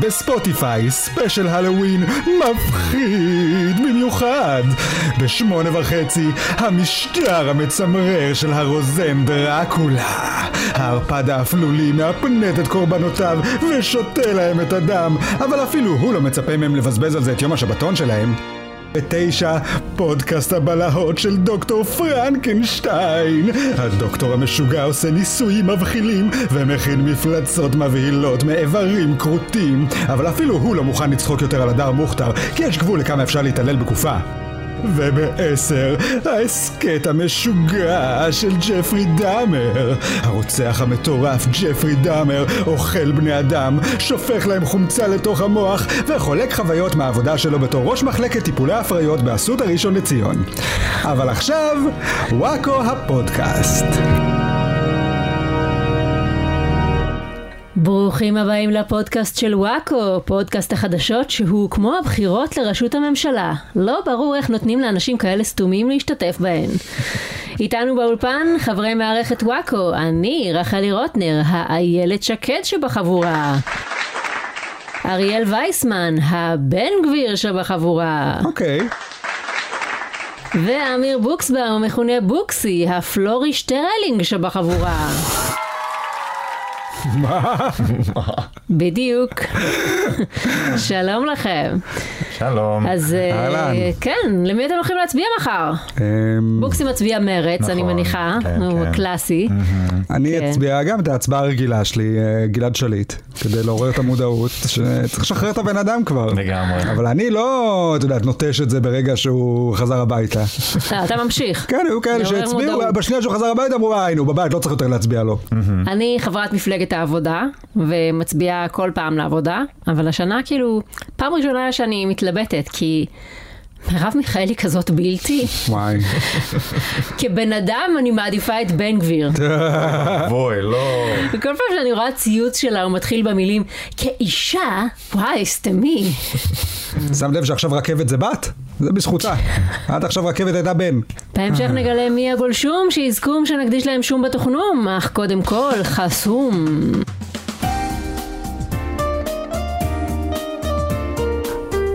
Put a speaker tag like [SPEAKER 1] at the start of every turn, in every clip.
[SPEAKER 1] בספוטיפיי, ספיישל הלואוין מפחיד במיוחד. בשמונה וחצי, המשטר המצמרר של הרוזן דרקולה. הערפד האפלולי מאפנט את קורבנותיו ושותה להם את הדם, אבל אפילו הוא לא מצפה מהם לבזבז על זה את יום השבתון שלהם. בתשע, פודקאסט הבלהות של דוקטור פרנקנשטיין. הדוקטור המשוגע עושה ניסויים מבחילים ומכין מפלצות מבהילות מאיברים כרותים, אבל אפילו הוא לא מוכן לצחוק יותר על הדר מוכתר, כי יש גבול לכמה אפשר להתעלל בגופה. ובעשר, ההסכת המשוגע של ג'פרי דאמר. הרוצח המטורף ג'פרי דאמר אוכל בני אדם, שופך להם חומצה לתוך המוח, וחולק חוויות מהעבודה שלו בתור ראש מחלקת טיפולי הפריות באסותא ראשון לציון. אבל עכשיו, וואקו הפודקאסט.
[SPEAKER 2] ברוכים הבאים לפודקאסט של וואקו, פודקאסט החדשות שהוא כמו הבחירות לראשות הממשלה. לא ברור איך נותנים לאנשים כאלה סתומים להשתתף בהן. איתנו באולפן חברי מערכת וואקו, אני רחלי רוטנר, האיילת שקד שבחבורה. אריאל וייסמן, הבן גביר שבחבורה.
[SPEAKER 1] אוקיי.
[SPEAKER 2] ואמיר בוקסבאום, מכונה בוקסי, הפלורי שטרלינג שבחבורה.
[SPEAKER 1] מה?
[SPEAKER 2] בדיוק. שלום לכם.
[SPEAKER 3] שלום.
[SPEAKER 2] אז אה,
[SPEAKER 1] אהלן.
[SPEAKER 2] כן, למי אתם הולכים להצביע מחר?
[SPEAKER 1] אמ,
[SPEAKER 2] בוקסי מצביע מרץ, אני
[SPEAKER 3] נכון,
[SPEAKER 2] מניחה,
[SPEAKER 3] כן,
[SPEAKER 2] הוא
[SPEAKER 3] כן.
[SPEAKER 2] קלאסי.
[SPEAKER 1] אני
[SPEAKER 2] כן.
[SPEAKER 1] אצביע גם את ההצבעה הרגילה שלי, אה, גלעד שליט, כדי לעורר את המודעות, שצריך לשחרר את הבן אדם כבר.
[SPEAKER 3] לגמרי.
[SPEAKER 1] אבל אני לא, את יודעת, נוטש את זה ברגע שהוא חזר הביתה.
[SPEAKER 2] אה, אתה ממשיך.
[SPEAKER 1] כן, היו כאלה
[SPEAKER 2] לעורר
[SPEAKER 1] שהצביעו,
[SPEAKER 2] מודעות.
[SPEAKER 1] בשנייה שהוא חזר הביתה אמרו, אה, הנה, הוא בבית, לא צריך יותר להצביע לו.
[SPEAKER 3] כן.
[SPEAKER 2] אני חברת מפלגת העבודה, ומצביעה כל פעם לעבודה, אבל השנה כאילו, פעם ראשונה שאני מתלבטת, כי... מרב מיכאלי כזאת בלתי?
[SPEAKER 1] וואי.
[SPEAKER 2] כבן אדם אני מעדיפה את בן גביר.
[SPEAKER 3] כן. בואי, לא.
[SPEAKER 2] וכל פעם שאני רואה ציוץ שלה הוא מתחיל במילים, כאישה, וואי, סתמי.
[SPEAKER 1] שם לב שעכשיו רכבת זה בת? זה בזכותה. עד עכשיו רכבת הייתה בן.
[SPEAKER 2] בהמשך
[SPEAKER 1] אה.
[SPEAKER 2] נגלה מי הגולשום שיזכום שנקדיש להם שום בתוכנום, אך קודם כל חסום.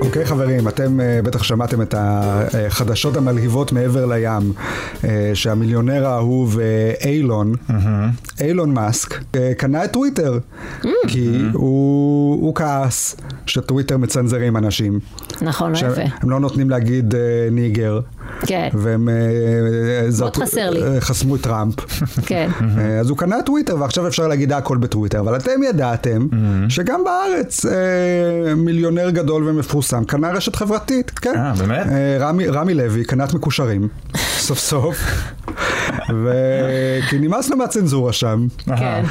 [SPEAKER 1] אוקיי חברים, אתם אה, בטח שמעתם את החדשות המלהיבות מעבר לים, אה, שהמיליונר האהוב אה, אילון, אילון מאסק, אה, קנה את טוויטר, כי הוא הוא כעס שטוויטר מצנזרים אנשים.
[SPEAKER 2] נכון, לא יפה.
[SPEAKER 1] שהם לא נותנים להגיד אה, ניגר,
[SPEAKER 2] כן,
[SPEAKER 1] והם אה, זרקו-
[SPEAKER 2] חסר לי.
[SPEAKER 1] אה, חסמו את טראמפ.
[SPEAKER 2] כן.
[SPEAKER 1] אה, אז הוא קנה את טוויטר ועכשיו אפשר להגיד "אה, הכל בטוויטר, אבל אתם ידעתם שגם בארץ אה, מיליונר גדול ומפורסם קנה רשת חברתית, כן.
[SPEAKER 3] אה, באמת?
[SPEAKER 1] אה, רמי- רמי לוי, קנת מקושרים, סוף סוף, וכי נמאס לו מהצנזורה שם.
[SPEAKER 2] כן.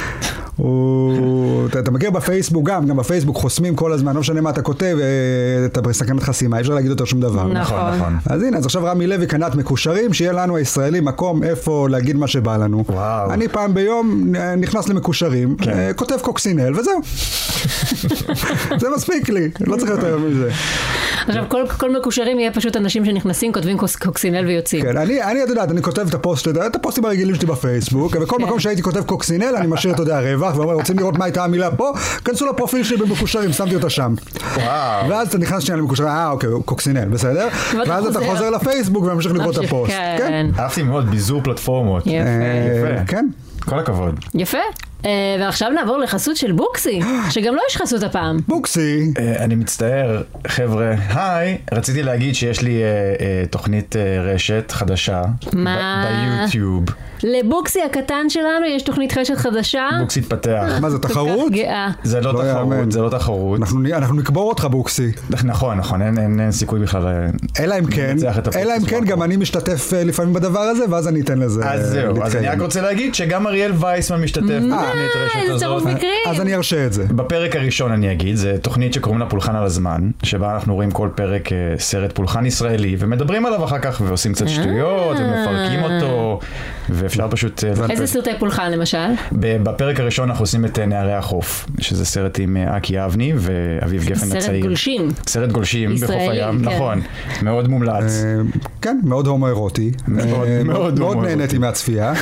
[SPEAKER 1] הוא... אתה- אתה מכיר בפייסבוק גם, גם בפייסבוק חוסמים כל הזמן, לא משנה מה אתה כותב, אה, אתה בסכנת חסימה, אי אפשר להגיד יותר שום דבר.
[SPEAKER 2] נכון.
[SPEAKER 3] נכון, נכון.
[SPEAKER 1] אז הנה, אז עכשיו רמי לוי קנת מקושרים, שיהיה לנו הישראלים מקום איפה להגיד מה שבא לנו.
[SPEAKER 3] וואו.
[SPEAKER 1] אני פעם ביום אה, נכנס למקושרים, אה, כותב קוקסינל וזהו. זה מספיק לי, לא צריך יותר מזה.
[SPEAKER 2] עכשיו, כל- כל מקושרים יהיה פשוט אנשים שנכנסים, כותבים קוס- קוקסינל ויוצאים.
[SPEAKER 1] כן, אני, אני, את יודעת, אני כותב את הפוסט, את הפוסטים הרגילים שלי בפייסבוק,
[SPEAKER 3] כן.
[SPEAKER 1] ובכל מקום שהייתי כותב קוקסינל, אני משאיר, אתה יודע, רווח, ואומר, רוצים לראות מה הייתה המילה פה? כנסו לפרופיל שלי במקושרים, שמתי אותה שם.
[SPEAKER 3] וואו.
[SPEAKER 1] ואז אתה נכנס שנייה למקושרים, אה, אוקיי, קוקסינל, בסדר?
[SPEAKER 2] ואתה
[SPEAKER 1] ואז אתה
[SPEAKER 2] חוזר.
[SPEAKER 1] חוזר לפייסבוק וממשיך לראות את
[SPEAKER 2] ממשיך,
[SPEAKER 1] הפוסט.
[SPEAKER 2] כן.
[SPEAKER 3] אהבתי מאוד ביזור פלטפורמות.
[SPEAKER 2] יפה.
[SPEAKER 1] אה,
[SPEAKER 3] יפה.
[SPEAKER 1] כן.
[SPEAKER 3] כל הכבוד.
[SPEAKER 2] יפה. אה, ועכשיו נעבור לחסות של בוקסי, שגם לו יש חסות הפעם.
[SPEAKER 1] בוקסי,
[SPEAKER 3] אה, אני מצטער, חבר'ה. היי, רציתי להגיד שיש לי אה, אה, תוכנית אה, רשת חדשה.
[SPEAKER 2] מה?
[SPEAKER 3] ב- ביוטיוב.
[SPEAKER 2] לבוקסי הקטן שלנו יש תוכנית חשת חדשה.
[SPEAKER 3] בוקס התפתח.
[SPEAKER 1] מה זה
[SPEAKER 2] כל כך
[SPEAKER 1] תחרות?
[SPEAKER 2] גאה.
[SPEAKER 3] זה לא
[SPEAKER 1] לא יאמן.
[SPEAKER 3] תחרות, זה לא תחרות.
[SPEAKER 1] אנחנו נ- אנחנו נקבור אותך בוקסי,
[SPEAKER 3] נכון, נכון, אין- אין אין סיכוי בכלל. אה,
[SPEAKER 1] אלא אם כן,
[SPEAKER 3] ננצח את הפודקאסט
[SPEAKER 1] אלא אם כן
[SPEAKER 3] שלנו.
[SPEAKER 1] גם אני משתתף אה, לפעמים בדבר הזה, ואז אני אתן לזה אה,
[SPEAKER 3] אז זהו, אז אני רק רוצה להגיד שגם אריאל וייסמן משתתף בתוכנית הרשת
[SPEAKER 2] איזה
[SPEAKER 3] הזאת.
[SPEAKER 2] צירוף מקרים.
[SPEAKER 1] אה, אז אני ארשה את זה.
[SPEAKER 3] בפרק הראשון אני אגיד, זה תוכנית שקוראים לה פולחן על הזמן, שבה אנחנו רואים כל פרק אה, סרט פולחן ישראלי, ומדברים עליו אחר כך, ועושים קצת שטויות, ומפרקים אותו, ואפשר פשוט... אה,
[SPEAKER 2] אה. איזה סרטי פולחן למשל?
[SPEAKER 3] ב- בפרק הראשון אנחנו עושים את אה, נערי החוף, שזה סרט עם אה, אקי אבני ואביב גפן
[SPEAKER 2] סרט
[SPEAKER 3] הצעיר.
[SPEAKER 2] גולשים.
[SPEAKER 3] סרט גולשים בחוף
[SPEAKER 2] ישראלי,
[SPEAKER 3] הים,
[SPEAKER 2] כן.
[SPEAKER 3] נכון, מאוד מומלץ.
[SPEAKER 1] אה, כן, מאוד הומואירוטי.
[SPEAKER 3] מאוד
[SPEAKER 1] אה, מאוד
[SPEAKER 3] הומואירוטי.
[SPEAKER 1] נהניתי מהצפייה.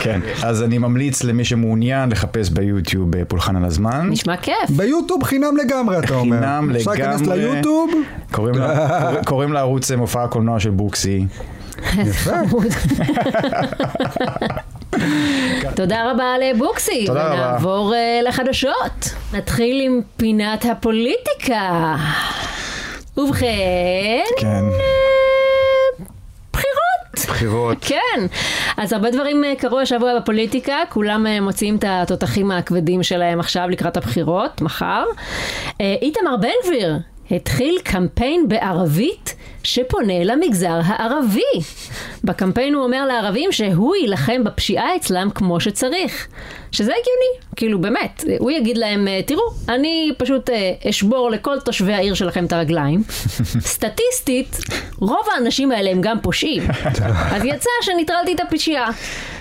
[SPEAKER 3] כן, אז אני ממליץ למי שמעוניין הזמן, לחפש ביוטיוב אה, פולחן על הזמן.
[SPEAKER 2] נשמע כיף.
[SPEAKER 1] ביוטיוב חינם לגמרי, אתה אומר.
[SPEAKER 3] חינם לגמרי.
[SPEAKER 1] אפשר להיכנס ליוטיוב?
[SPEAKER 3] קוראים לה- קורא- קוראים לערוץ אה, מופע הקולנוע של בוקסי.
[SPEAKER 1] יפה.
[SPEAKER 2] תודה רבה לבוקסי.
[SPEAKER 3] תודה רבה.
[SPEAKER 2] ונעבור אה, לחדשות. נתחיל עם פינת הפוליטיקה. ובכן,
[SPEAKER 3] כן.
[SPEAKER 2] אה, בחירות.
[SPEAKER 3] בחירות.
[SPEAKER 2] כן, אז הרבה דברים אה, קרו השבוע בפוליטיקה, כולם אה, מוציאים את התותחים הכבדים שלהם עכשיו לקראת הבחירות, מחר. אה, איתמר בן גביר התחיל קמפיין בערבית. שפונה למגזר הערבי. בקמפיין הוא אומר לערבים שהוא יילחם בפשיעה אצלם כמו שצריך. שזה הגיוני, כאילו באמת. אה, הוא יגיד להם, אה, תראו, אני פשוט אה, אשבור לכל תושבי העיר שלכם את הרגליים. סטטיסטית, רוב האנשים האלה הם גם פושעים. אז יצא שנטרלתי את הפשיעה.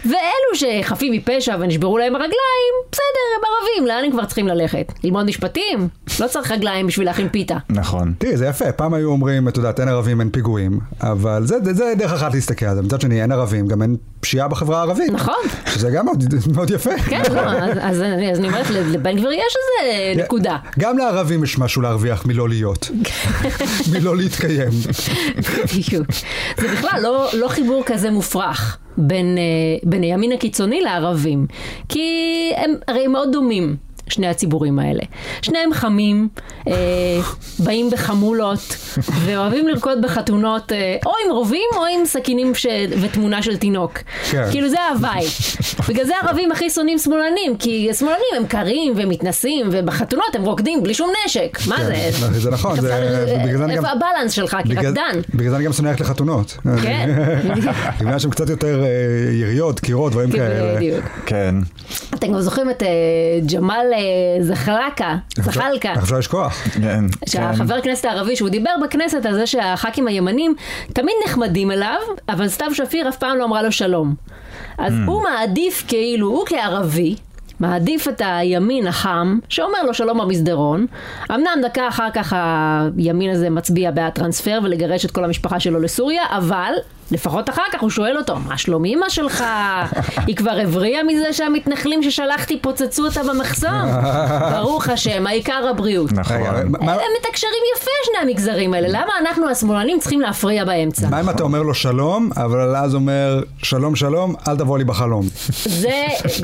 [SPEAKER 2] ואלו שחפים מפשע ונשברו להם הרגליים, בסדר, הם ערבים, לאן הם כבר צריכים ללכת? ללמוד משפטים? לא צריך רגליים בשביל להכין פיתה.
[SPEAKER 3] נכון.
[SPEAKER 1] תראי, זה יפה, פעם היו אומרים, את יודעת, אין ערבים, אין פיגועים, אבל זה, זה, זה דרך אחת להסתכל על זה. מצד שני, אין ערבים, גם אין פשיעה בחברה הערבית.
[SPEAKER 2] נכון.
[SPEAKER 1] שזה גם מאוד, מאוד יפה.
[SPEAKER 2] כן, לא, אז, אז, אני- אז אני אומרת, לבן גביר יש איזה נקודה. כן.
[SPEAKER 1] גם לערבים יש משהו להרוויח מלא להיות, מלא להתקיים.
[SPEAKER 2] בדיוק. זה בכלל לא, לא חיבור כזה מופרך בין, אה, בין הימין הקיצוני לערבים, כי הם הרי מאוד דומים. שני הציבורים האלה. שניהם חמים, אה, באים בחמולות, ואוהבים לרקוד בחתונות, אה, או עם רובים או עם סכינים ש... ותמונה של תינוק.
[SPEAKER 1] כן.
[SPEAKER 2] כאילו זה ההוואי. בגלל זה הערבים הכי שונאים שמאלנים, כי שמאלנים הם קרים והם מתנסים, ובחתונות הם רוקדים בלי שום נשק. מה זה?
[SPEAKER 1] לא, זה נכון,
[SPEAKER 2] אתה
[SPEAKER 1] זה-
[SPEAKER 2] צריך-
[SPEAKER 1] בגלל זה אני גם-
[SPEAKER 2] איפה הבלנס שלך? כי
[SPEAKER 1] בגלל-
[SPEAKER 2] רקדן.
[SPEAKER 1] בגלל זה אני גם שונא ללכת לחתונות.
[SPEAKER 2] כן,
[SPEAKER 1] בגלל שהם קצת יותר אה, יריות, קירות, דברים כאלה.
[SPEAKER 2] בדיוק.
[SPEAKER 3] כן.
[SPEAKER 2] אתם גם זוכרים את אה, ג'מאל אה, זחלקה, זחלקה.
[SPEAKER 1] אפשר לשכוח.
[SPEAKER 3] כן.
[SPEAKER 2] שהחבר
[SPEAKER 3] כן.
[SPEAKER 2] הכנסת הערבי שהוא דיבר בכנסת על זה שהח"כים הימנים תמיד נחמדים אליו, אבל סתיו שפיר אף פעם לא אמרה לו שלום. אז
[SPEAKER 3] Mm.
[SPEAKER 2] הוא מעדיף כאילו, הוא כערבי, מעדיף את הימין החם, שאומר לו שלום במסדרון. אמנם דקה אחר כך הימין הזה מצביע בעד טרנספר ולגרש את כל המשפחה שלו לסוריה, אבל לפחות אחר כך הוא שואל אותו, מה שלום אמא שלך? היא כבר הבריאה מזה שהמתנחלים ששלחתי פוצצו אותה במחסום? ברוך השם, העיקר הבריאות.
[SPEAKER 1] רגע,
[SPEAKER 3] נכון.
[SPEAKER 1] מה- מה-
[SPEAKER 2] הם מתקשרים יפה שני המגזרים האלה, למה אנחנו השמאלנים צריכים להפריע באמצע?
[SPEAKER 1] מה אם אתה אומר לו שלום, אבל אז אומר שלום שלום, אל תבוא לי בחלום.
[SPEAKER 2] זה,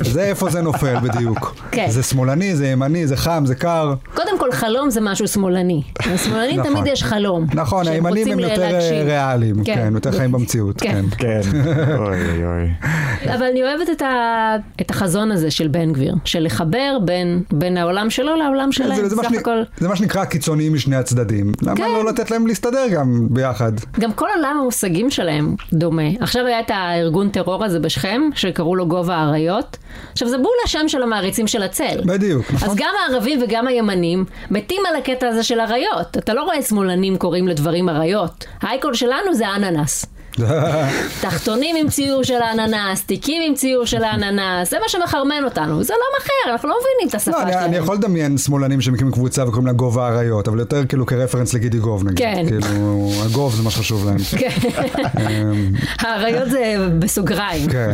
[SPEAKER 1] זה איפה זה נופל בדיוק.
[SPEAKER 2] כן.
[SPEAKER 1] זה שמאלני, זה ימני, זה חם, זה קר.
[SPEAKER 2] קודם כל חלום זה משהו שמאלני. לשמאלנים
[SPEAKER 1] נכון.
[SPEAKER 2] תמיד יש חלום.
[SPEAKER 1] נכון,
[SPEAKER 2] שהם
[SPEAKER 1] הימנים
[SPEAKER 2] רוצים
[SPEAKER 1] הם
[SPEAKER 2] ל-
[SPEAKER 1] יותר אה,
[SPEAKER 2] להגשים.
[SPEAKER 1] ריאליים,
[SPEAKER 2] כן.
[SPEAKER 1] כן, יותר חיים במציאות,
[SPEAKER 2] כן.
[SPEAKER 1] כן.
[SPEAKER 3] כן. אוי אוי אוי.
[SPEAKER 2] אבל אני אוהבת את, ה... את החזון הזה של בן גביר, של לחבר בין, בין העולם שלו לעולם שלהם.
[SPEAKER 1] כן, זה- זה מה
[SPEAKER 2] סך
[SPEAKER 1] שנ-
[SPEAKER 2] הכל,
[SPEAKER 1] זה מה שנקרא קיצוניים משני הצדדים. למה
[SPEAKER 2] כן.
[SPEAKER 1] לא לתת להם להסתדר גם ביחד?
[SPEAKER 2] גם כל עולם המושגים שלהם דומה. עכשיו היה את הארגון טרור הזה בשכם, שקראו לו גובה האריות. עכשיו זה בול השם של המעריצים של הצל.
[SPEAKER 1] בדיוק, נכון?
[SPEAKER 2] אז גם הערבים וגם הימנים מתים על הקטע הזה של אריות. אתה לא רואה שמאלנים קוראים לדברים אריות. האייקון שלנו זה האננס.
[SPEAKER 1] לא,
[SPEAKER 2] תחתונים עם ציור של האננס, תיקים עם ציור של האננס, זה מה שמחרמן אותנו. זה לא אחר, אנחנו לא מבינים את
[SPEAKER 1] לא,
[SPEAKER 2] השפה
[SPEAKER 1] אני,
[SPEAKER 2] שלהם.
[SPEAKER 1] אני יכול לדמיין שמאלנים שמקימים קבוצה וקוראים לה גובה האריות, אבל יותר כאילו כרפרנס לגידי גוב נגיד.
[SPEAKER 2] כן.
[SPEAKER 1] כאילו, הגוב זה מה שחשוב להם. אמ,
[SPEAKER 2] האריות זה בסוגריים.
[SPEAKER 1] כן.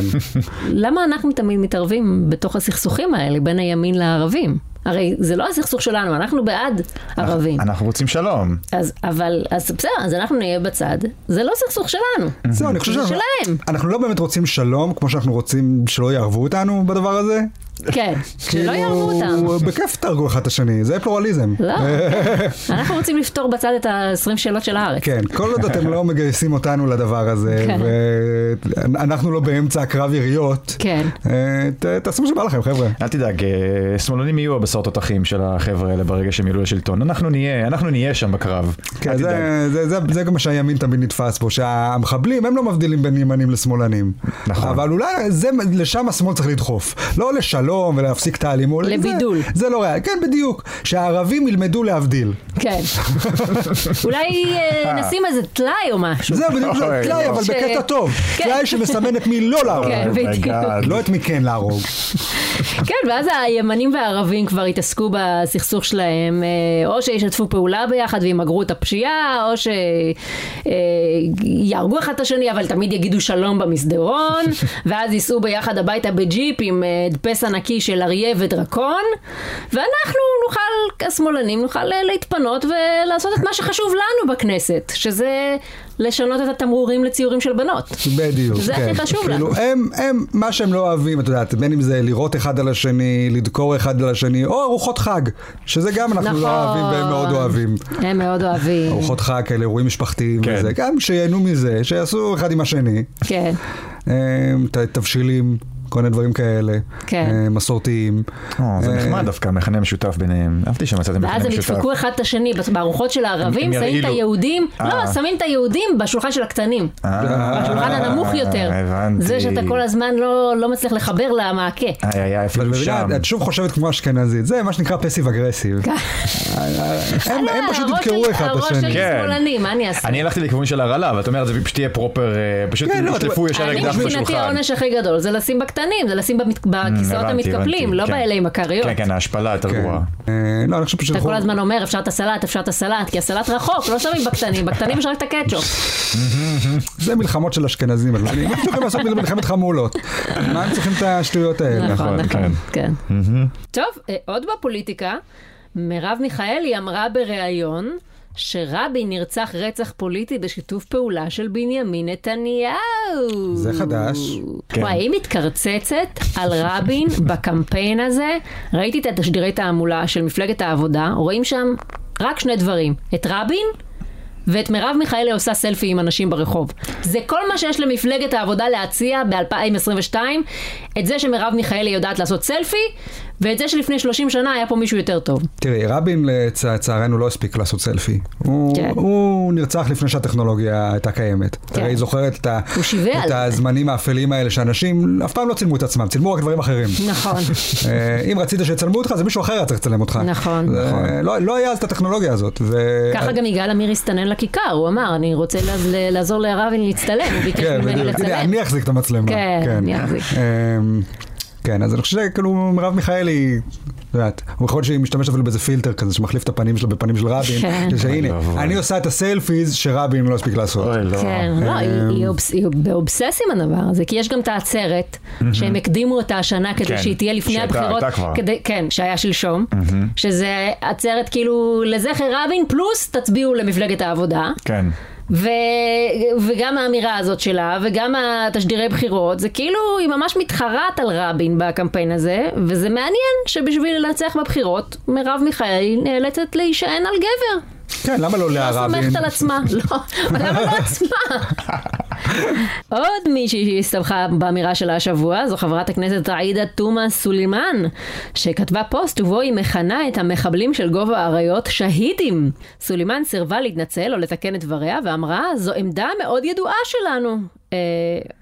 [SPEAKER 2] למה אנחנו תמיד מתערבים בתוך הסכסוכים האלה בין הימין לערבים? הרי זה לא הסכסוך שלנו, אנחנו בעד ערבים.
[SPEAKER 1] נכון.
[SPEAKER 3] אנחנו רוצים שלום.
[SPEAKER 2] אז, אבל, אז בסדר, אז אנחנו נהיה בצד. זה לא סכסוך שלנו.
[SPEAKER 1] זהו, אני חושב
[SPEAKER 2] זה
[SPEAKER 1] שאנחנו-
[SPEAKER 2] שלהם.
[SPEAKER 1] אנחנו לא באמת רוצים שלום, כמו שאנחנו רוצים שלא יערבו אותנו בדבר הזה.
[SPEAKER 2] כן, שלא
[SPEAKER 1] כאילו,
[SPEAKER 2] יערבו אותם.
[SPEAKER 1] בכיף תהרגו אחד את השני, זה פלורליזם.
[SPEAKER 2] לא, אנחנו רוצים לפתור בצד את ה-20 שאלות של הארץ.
[SPEAKER 1] כן, כל עוד אתם לא מגייסים אותנו לדבר הזה,
[SPEAKER 2] כן.
[SPEAKER 1] ואנחנו לא באמצע הקרב יריות,
[SPEAKER 2] כן.
[SPEAKER 1] אה, ת- תעשו מה שבא לכם, חבר'ה.
[SPEAKER 3] אל תדאג, אה, שמאלנים יהיו הבשר תותחים של החבר'ה האלה ברגע שהם יעלו לשלטון. אנחנו נהיה, אנחנו נהיה שם בקרב. אל
[SPEAKER 1] כן,
[SPEAKER 3] תדאג.
[SPEAKER 1] זה, זה, זה, זה גם מה שהימין תמיד נתפס פה, שהמחבלים הם לא מבדילים בין ימנים לשמאלנים.
[SPEAKER 3] נכון.
[SPEAKER 1] אבל אולי זה, לשם השמאל צריך לדחוף. לא לשלום ולהפסיק את האלימות.
[SPEAKER 2] לבידול.
[SPEAKER 1] זה, זה לא ריאלי. כן, בדיוק. שהערבים ילמדו להבדיל.
[SPEAKER 2] כן. אולי אה, נשים איזה טלאי או משהו.
[SPEAKER 1] זה בדיוק זה
[SPEAKER 3] אוי,
[SPEAKER 1] טלאי,
[SPEAKER 3] לא.
[SPEAKER 1] אבל
[SPEAKER 2] ש-
[SPEAKER 1] בקטע טוב.
[SPEAKER 2] כן.
[SPEAKER 1] טלאי שמסמן את מי לא להרוג.
[SPEAKER 2] כן,
[SPEAKER 3] Oh my
[SPEAKER 2] בדיוק.
[SPEAKER 3] God.
[SPEAKER 1] לא את מי כן להרוג.
[SPEAKER 2] כן, ואז הימנים והערבים כבר התעסקו בסכסוך שלהם, אה, או שישתפו פעולה ביחד וימגרו את הפשיעה, או שיהרגו אחד את השני, אבל תמיד יגידו שלום במסדרון, ואז ייסעו ביחד הביתה בג'יפ עם אה, הדפס ענקי של אריה ודרקון, ואנחנו נוכל, השמאלנים, נוכל אה, להתפנות ולעשות את מה שחשוב לנו בכנסת, שזה לשנות את התמרורים לציורים של בנות.
[SPEAKER 1] בדיוק,
[SPEAKER 2] זה
[SPEAKER 1] כן.
[SPEAKER 2] הכי חשוב לנו.
[SPEAKER 1] כאילו, הם, הם, מה שהם לא אוהבים, את יודעת, בין אם זה לירות אחד על השני, לדקור אחד על השני, או ארוחות חג, שזה גם אנחנו
[SPEAKER 2] נכון.
[SPEAKER 1] לא אוהבים והם מאוד אוהבים.
[SPEAKER 2] הם מאוד אוהבים.
[SPEAKER 1] ארוחות חג כאלה, אירועים משפחתיים
[SPEAKER 3] כן.
[SPEAKER 1] וזה, גם שייהנו מזה, שיעשו אחד עם השני,
[SPEAKER 2] כן.
[SPEAKER 1] אה, ת- תבשילים, כל מיני דברים כאלה,
[SPEAKER 2] כן.
[SPEAKER 1] אה, מסורתיים.
[SPEAKER 3] או, Oh, זה
[SPEAKER 1] אה,
[SPEAKER 3] נחמד דווקא, מכנה משותף ביניהם. אהבתי שמצאתם מכנה
[SPEAKER 2] ואז הם
[SPEAKER 3] משותף.
[SPEAKER 2] ידפקו אחד את השני בארוחות של הערבים,
[SPEAKER 3] הם
[SPEAKER 2] שמים את
[SPEAKER 3] ירעילו.
[SPEAKER 2] היהודים, לא,
[SPEAKER 3] אה.
[SPEAKER 2] שמים את היהודים בשולחן של הקטנים.
[SPEAKER 3] אה,
[SPEAKER 2] בשולחן הנמוך יותר.
[SPEAKER 3] הבנתי.
[SPEAKER 2] זה שאתה כל הזמן לא לא מצליח לחבר למעקה.
[SPEAKER 3] איי איי איי,
[SPEAKER 1] אבל
[SPEAKER 3] אה, אפילו
[SPEAKER 1] במילה,
[SPEAKER 3] שם.
[SPEAKER 1] את שוב חושבת כמו אשכנזית, זה מה שנקרא פסיב אגרסיב.
[SPEAKER 2] כן.
[SPEAKER 1] הם הם פשוט
[SPEAKER 2] הראש
[SPEAKER 1] ידקרו
[SPEAKER 2] שלי-
[SPEAKER 1] אחד את
[SPEAKER 2] הראש שלי
[SPEAKER 1] השני.
[SPEAKER 3] כן.
[SPEAKER 2] שמאלני, מה אני אעשה?
[SPEAKER 3] אני הלכתי לכיוון של הרעלה, אבל את אומרת זה פשוט יהיה פרופר, אה, פשוט
[SPEAKER 1] כן, לא,
[SPEAKER 3] ישלפו
[SPEAKER 1] אתה-
[SPEAKER 3] ישר
[SPEAKER 2] אני
[SPEAKER 3] אקדח
[SPEAKER 2] מבחינתי
[SPEAKER 3] בשולחן. Mm,
[SPEAKER 2] העונש הכי גדול זה לשים בקטנים, זה לשים במת- בכיסאות
[SPEAKER 3] הבנתי,
[SPEAKER 2] המתקפלים,
[SPEAKER 3] הבנתי,
[SPEAKER 2] לא
[SPEAKER 3] כן.
[SPEAKER 2] באלה עם הכריות.
[SPEAKER 3] כן, כן, ההשפלה יותר
[SPEAKER 1] כן.
[SPEAKER 3] גרועה.
[SPEAKER 1] אה, לא, אני חושב פשוט...
[SPEAKER 2] אתה כל
[SPEAKER 1] אנחנו-
[SPEAKER 2] הזמן אומר, אפשר את הסלט, אפשר את הסלט, כי הסלט רחוק, לא שמים בקטנים, בקטנים יש רק את הקטשופ.
[SPEAKER 1] זה מלחמות של אשכנזים, אבל אני- לא מה הם צריכים לעשות מזה מלחמת חמולות? מה הם צריכים את השטויות האלה?
[SPEAKER 3] נכון,
[SPEAKER 2] נכון,
[SPEAKER 3] כן.
[SPEAKER 2] כן. טוב, אה, עוד בפוליטיקה, מרב מיכאלי אמרה בריאיון שרבין נרצח רצח פוליטי בשיתוף פעולה של בנימין נתניהו.
[SPEAKER 1] זה חדש.
[SPEAKER 3] כן.
[SPEAKER 2] וואי, היא מתקרצצת על רבין בקמפיין הזה. ראיתי את התשדירי תעמולה של מפלגת העבודה, רואים שם רק שני דברים, את רבין ואת מרב מיכאלי עושה סלפי עם אנשים ברחוב. זה כל מה שיש למפלגת העבודה להציע ב-2022, את זה שמרב מיכאלי יודעת לעשות סלפי, ואת זה שלפני 30 שנה היה פה מישהו יותר טוב.
[SPEAKER 1] תראי, רבין לצ- לצערנו לא הספיק לעשות סלפי. הוא-
[SPEAKER 2] כן.
[SPEAKER 1] הוא נרצח לפני שהטכנולוגיה הייתה קיימת. את
[SPEAKER 2] כן.
[SPEAKER 1] הרי זוכרת את ה-
[SPEAKER 2] הוא שיווע.
[SPEAKER 1] את הזמנים האפלים האלה שאנשים אף פעם לא צילמו את עצמם, צילמו רק דברים אחרים.
[SPEAKER 2] נכון.
[SPEAKER 1] אה, אם רצית שיצלמו אותך, זה מישהו אחר היה צריך לצלם אותך.
[SPEAKER 2] נכון.
[SPEAKER 1] זה- לא- לא היה אז את הטכנולוגיה הזאת. ו-
[SPEAKER 2] ככה גם יגאל עמיר הסתנן לכיכר, הוא אמר, אני רוצה לה- ל- לעזור לרבין להצטלם, הוא ביקש
[SPEAKER 1] כן,
[SPEAKER 2] ממני
[SPEAKER 1] בדיוק. הנה,
[SPEAKER 2] לצלם.
[SPEAKER 1] אני אחזיק את המצלמה.
[SPEAKER 2] כן, אני אחזיק.
[SPEAKER 1] אמ, כן, אז אני חושב שכאילו מרב מיכאלי, את יודעת, הוא יכול להיות שהיא משתמשת אפילו באיזה פילטר כזה שמחליף את הפנים שלה בפנים של רבין,
[SPEAKER 2] כן.
[SPEAKER 3] אוי
[SPEAKER 1] שהנה,
[SPEAKER 3] ואבוי.
[SPEAKER 1] אני עושה את הסלפיז שרבין לא הספיק לעשות.
[SPEAKER 3] אוי, לא.
[SPEAKER 2] כן, לא, היא- היא אובס- היא באובסס עם הדבר הזה, כי יש גם את העצרת, שהם הקדימו אותה השנה כדי
[SPEAKER 3] כן,
[SPEAKER 2] שהיא תהיה לפני
[SPEAKER 3] שהייתה-
[SPEAKER 2] הבחירות,
[SPEAKER 3] הייתה כבר.
[SPEAKER 2] כדי- כן, שהיה שלשום, שזה עצרת כאילו לזכר רבין, פלוס תצביעו למפלגת העבודה.
[SPEAKER 3] כן.
[SPEAKER 2] ו... וגם האמירה הזאת שלה, וגם התשדירי בחירות, זה כאילו, היא ממש מתחרט על רבין בקמפיין הזה, וזה מעניין שבשביל לנצח בבחירות, מרב מיכאלי נאלצת להישען על גבר.
[SPEAKER 1] כן, למה לא
[SPEAKER 2] לא
[SPEAKER 1] לאה רבין?
[SPEAKER 2] סומכת על עצמה, לא, למה לא עצמה? עוד מישהי שהסתבכה באמירה שלה השבוע, זו חברת הכנסת עאידה תומא סולימאן, שכתבה פוסט ובו היא מכנה את המחבלים של גובה האריות שהידים. סולימאן סירבה להתנצל או לתקן את דבריה ואמרה, זו עמדה מאוד ידועה שלנו. אה,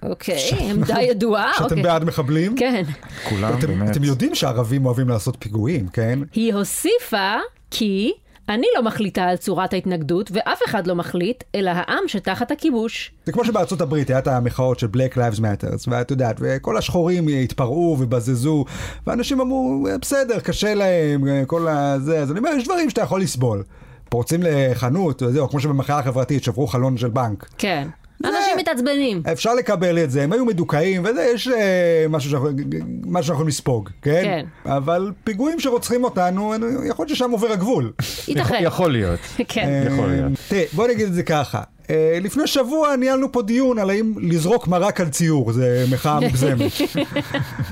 [SPEAKER 2] אוקיי, עמדה ידועה,
[SPEAKER 1] שאתם
[SPEAKER 2] אוקיי.
[SPEAKER 1] בעד מחבלים?
[SPEAKER 2] כן.
[SPEAKER 3] כולם,
[SPEAKER 1] אתם-
[SPEAKER 3] באמת.
[SPEAKER 1] אתם יודעים שהערבים אוהבים לעשות פיגועים, כן?
[SPEAKER 2] היא הוסיפה כי אני לא מחליטה על צורת ההתנגדות ואף אחד לא מחליט, אלא העם שתחת הכיבוש.
[SPEAKER 1] זה כמו שבארצות הברית היה את המחאות של Black Lives Matters, ואת יודעת, וכל השחורים התפרעו ובזזו, ואנשים אמרו, "אה, בסדר, קשה להם, אה, כל הזה, אז אני אומר, יש דברים שאתה יכול לסבול. פורצים לחנות, וזהו, כמו שבמחאה החברתית שברו חלון של בנק.
[SPEAKER 2] כן.
[SPEAKER 1] זה- אה,
[SPEAKER 2] אנשים מתעצבנים.
[SPEAKER 1] אפשר לקבל את זה, הם היו מדוכאים, וזה, יש אה, משהו שאנחנו משהו שאנחנו יכולים לספוג, כן? כן. אבל פיגועים שרוצחים אותנו, יכול להיות ששם עובר הגבול.
[SPEAKER 2] ייתכן.
[SPEAKER 3] יכול להיות.
[SPEAKER 1] אה.
[SPEAKER 2] כן.
[SPEAKER 3] יכול להיות.
[SPEAKER 1] אמ, תראה, בוא נגיד את זה ככה. אה, לפני שבוע ניהלנו פה דיון על האם לזרוק מרק על ציור, זה מחאה מוגזמת.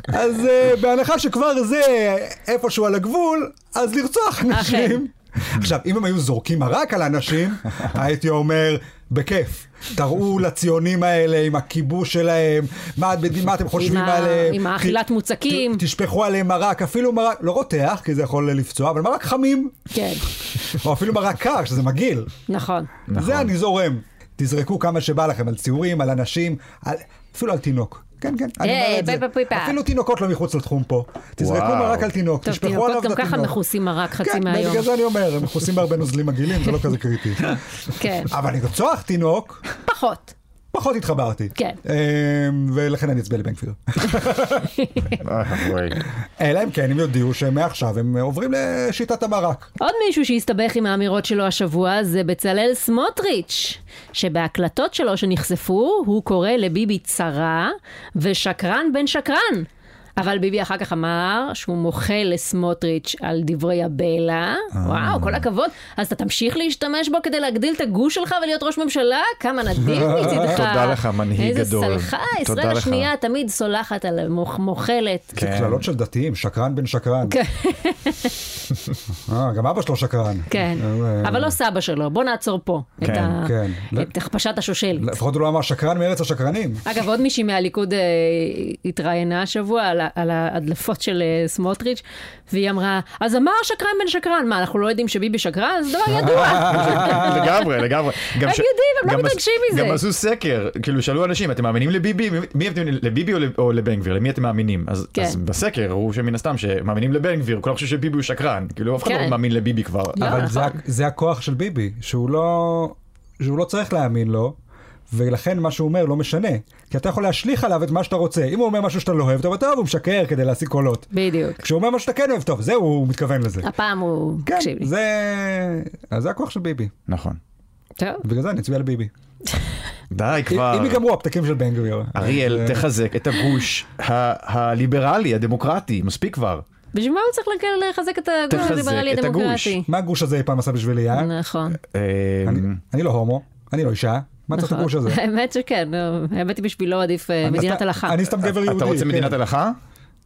[SPEAKER 1] אז אה, בהנחה שכבר זה איפשהו על הגבול, אז לרצוח אנשים. עכשיו, אם הם היו זורקים מרק על אנשים, הייתי אומר, בכיף. תראו לציונים האלה עם הכיבוש שלהם, מה, מה אתם חושבים
[SPEAKER 2] ה-
[SPEAKER 1] עליהם.
[SPEAKER 2] עם
[SPEAKER 1] ת-
[SPEAKER 2] האכילת מוצקים.
[SPEAKER 1] ת- תשפכו עליהם מרק, אפילו מרק, לא רותח, כי זה יכול לפצוע, אבל מרק חמים,
[SPEAKER 2] כן,
[SPEAKER 1] או אפילו מרק קר, שזה מגעיל.
[SPEAKER 2] נכון.
[SPEAKER 1] זה אני זורם. תזרקו כמה שבא לכם, על ציורים, על אנשים, על... אפילו על תינוק. כן, כן, אני
[SPEAKER 2] היי,
[SPEAKER 1] אומר את זה.
[SPEAKER 2] פיפה, פיפה.
[SPEAKER 1] אפילו תינוקות לא מחוץ לתחום פה. תזרקו
[SPEAKER 3] וואו.
[SPEAKER 1] מרק על תינוק,
[SPEAKER 2] טוב,
[SPEAKER 1] תשפכו עליו את
[SPEAKER 2] תינוקות גם
[SPEAKER 1] התינוק.
[SPEAKER 2] ככה מכוסים מרק חצי
[SPEAKER 1] כן,
[SPEAKER 2] מהיום.
[SPEAKER 1] בגלל זה אני אומר, הם מכוסים בהרבה נוזלים מגעילים, זה לא כזה קריטי.
[SPEAKER 2] כן,
[SPEAKER 1] אבל לרצוח תינוק,
[SPEAKER 2] פחות.
[SPEAKER 1] פחות התחברתי.
[SPEAKER 2] כן.
[SPEAKER 1] אה, ולכן אני אצביע לבן גביר.
[SPEAKER 3] אה, אוי.
[SPEAKER 1] אלא אם כן הם יודיעו שמעכשיו הם עוברים לשיטת המרק.
[SPEAKER 2] עוד מישהו שהסתבך עם האמירות שלו השבוע זה בצלאל סמוטריץ', שבהקלטות שלו שנחשפו, הוא קורא לביבי צרה ושקרן בן שקרן. אבל ביבי אחר כך אמר שהוא מוחה לסמוטריץ' על דברי
[SPEAKER 3] אה.
[SPEAKER 2] הבלע. וואו, כל הכבוד. אז אתה תמשיך להשתמש בו כדי להגדיל את הגוש שלך ולהיות ראש ממשלה? כמה נדיר מצידך.
[SPEAKER 3] תודה לך, מנהיג
[SPEAKER 2] איזה
[SPEAKER 3] גדול.
[SPEAKER 2] סלחה,
[SPEAKER 3] תודה
[SPEAKER 2] ישראל
[SPEAKER 3] לך.
[SPEAKER 2] השנייה תמיד סולחת על מוח- מוחלת.
[SPEAKER 1] זה
[SPEAKER 3] כן.
[SPEAKER 1] קללות של דתיים, שקרן בן שקרן.
[SPEAKER 2] כן.
[SPEAKER 1] אה, גם אבא שלו שקרן.
[SPEAKER 2] כן,
[SPEAKER 1] אה,
[SPEAKER 2] אבל לא סבא שלו, בוא נעצור פה את
[SPEAKER 3] כן,
[SPEAKER 2] ה-
[SPEAKER 1] כן.
[SPEAKER 2] את הכפשת השושלת.
[SPEAKER 1] לפחות הוא לא אמר שקרן מארץ השקרנים.
[SPEAKER 2] אגב, עוד מישהי מהליכוד אה, התראיינה השבוע על, ה- על ההדלפות של אה, סמוטריץ', והיא אמרה, אז אמר שקרן בן שקרן, מה, אנחנו לא יודעים שביבי שקרן? זה דבר ידוע.
[SPEAKER 3] לגמרי, לגמרי. גם ש-
[SPEAKER 2] הם יודעים, הם לא
[SPEAKER 3] גם עש-
[SPEAKER 2] מתרגשים מזה.
[SPEAKER 3] גם עשו סקר, כאילו שאלו אנשים, אתם מאמינים לביבי? מי אתם, לביבי או ל- או לבן גביר? למי אתם מאמינים? אז
[SPEAKER 2] כן.
[SPEAKER 3] אז בסקר הוא שמן הסתם שמאמינים לבן גביר, כולם חושבים שביבי הוא שקרן. כאילו אף אחד
[SPEAKER 2] כן.
[SPEAKER 3] לא מאמין לביבי כבר.
[SPEAKER 2] לא.
[SPEAKER 1] אבל
[SPEAKER 2] נכון.
[SPEAKER 1] זה, ה- זה הכוח של ביבי, שהוא לא, שהוא לא צריך להאמין לו, ולכן מה שהוא אומר לא משנה. כי אתה יכול להשליך עליו את מה שאתה רוצה. אם הוא אומר משהו שאתה לא אוהב, אתה אומר, טוב, הוא משקר כדי להשיג קולות.
[SPEAKER 2] בדיוק.
[SPEAKER 1] כשהוא אומר משהו שאתה כן אוהב, טוב, זהו, הוא מתכוון לזה.
[SPEAKER 2] הפעם הוא
[SPEAKER 1] כן,
[SPEAKER 2] מקשיב לי.
[SPEAKER 1] זה... אז זה הכוח של ביבי.
[SPEAKER 3] נכון.
[SPEAKER 2] טוב.
[SPEAKER 1] בגלל זה אני אצביע לביבי.
[SPEAKER 3] די
[SPEAKER 1] אם
[SPEAKER 3] כבר.
[SPEAKER 1] אם ייגמרו הפתקים של בן גביר.
[SPEAKER 3] אריאל,
[SPEAKER 1] אז, אה,
[SPEAKER 3] תחזק את הגוש ה- הליברלי, הדמוקרטי, מספיק כבר.
[SPEAKER 2] בשביל מה הוא צריך לק- לחזק את הגול
[SPEAKER 3] תחזק
[SPEAKER 2] הליברלי
[SPEAKER 3] את הגוש.
[SPEAKER 2] הדמוקרטי?
[SPEAKER 1] מה הגוש הזה אי פעם עשה בשבילי, אה?
[SPEAKER 2] נכון.
[SPEAKER 3] אה,
[SPEAKER 1] אני- אני לא הומו, אני לא אישה, מה צריך את הגוש הזה?
[SPEAKER 2] נכון. האמת שכן, נו, האמת היא בשבילו עדיף אה, מדינת
[SPEAKER 1] סתם-
[SPEAKER 2] הלכה.
[SPEAKER 1] אני סתם גבר יהודי.
[SPEAKER 3] אתה רוצה
[SPEAKER 1] כן.
[SPEAKER 3] מדינת הלכה?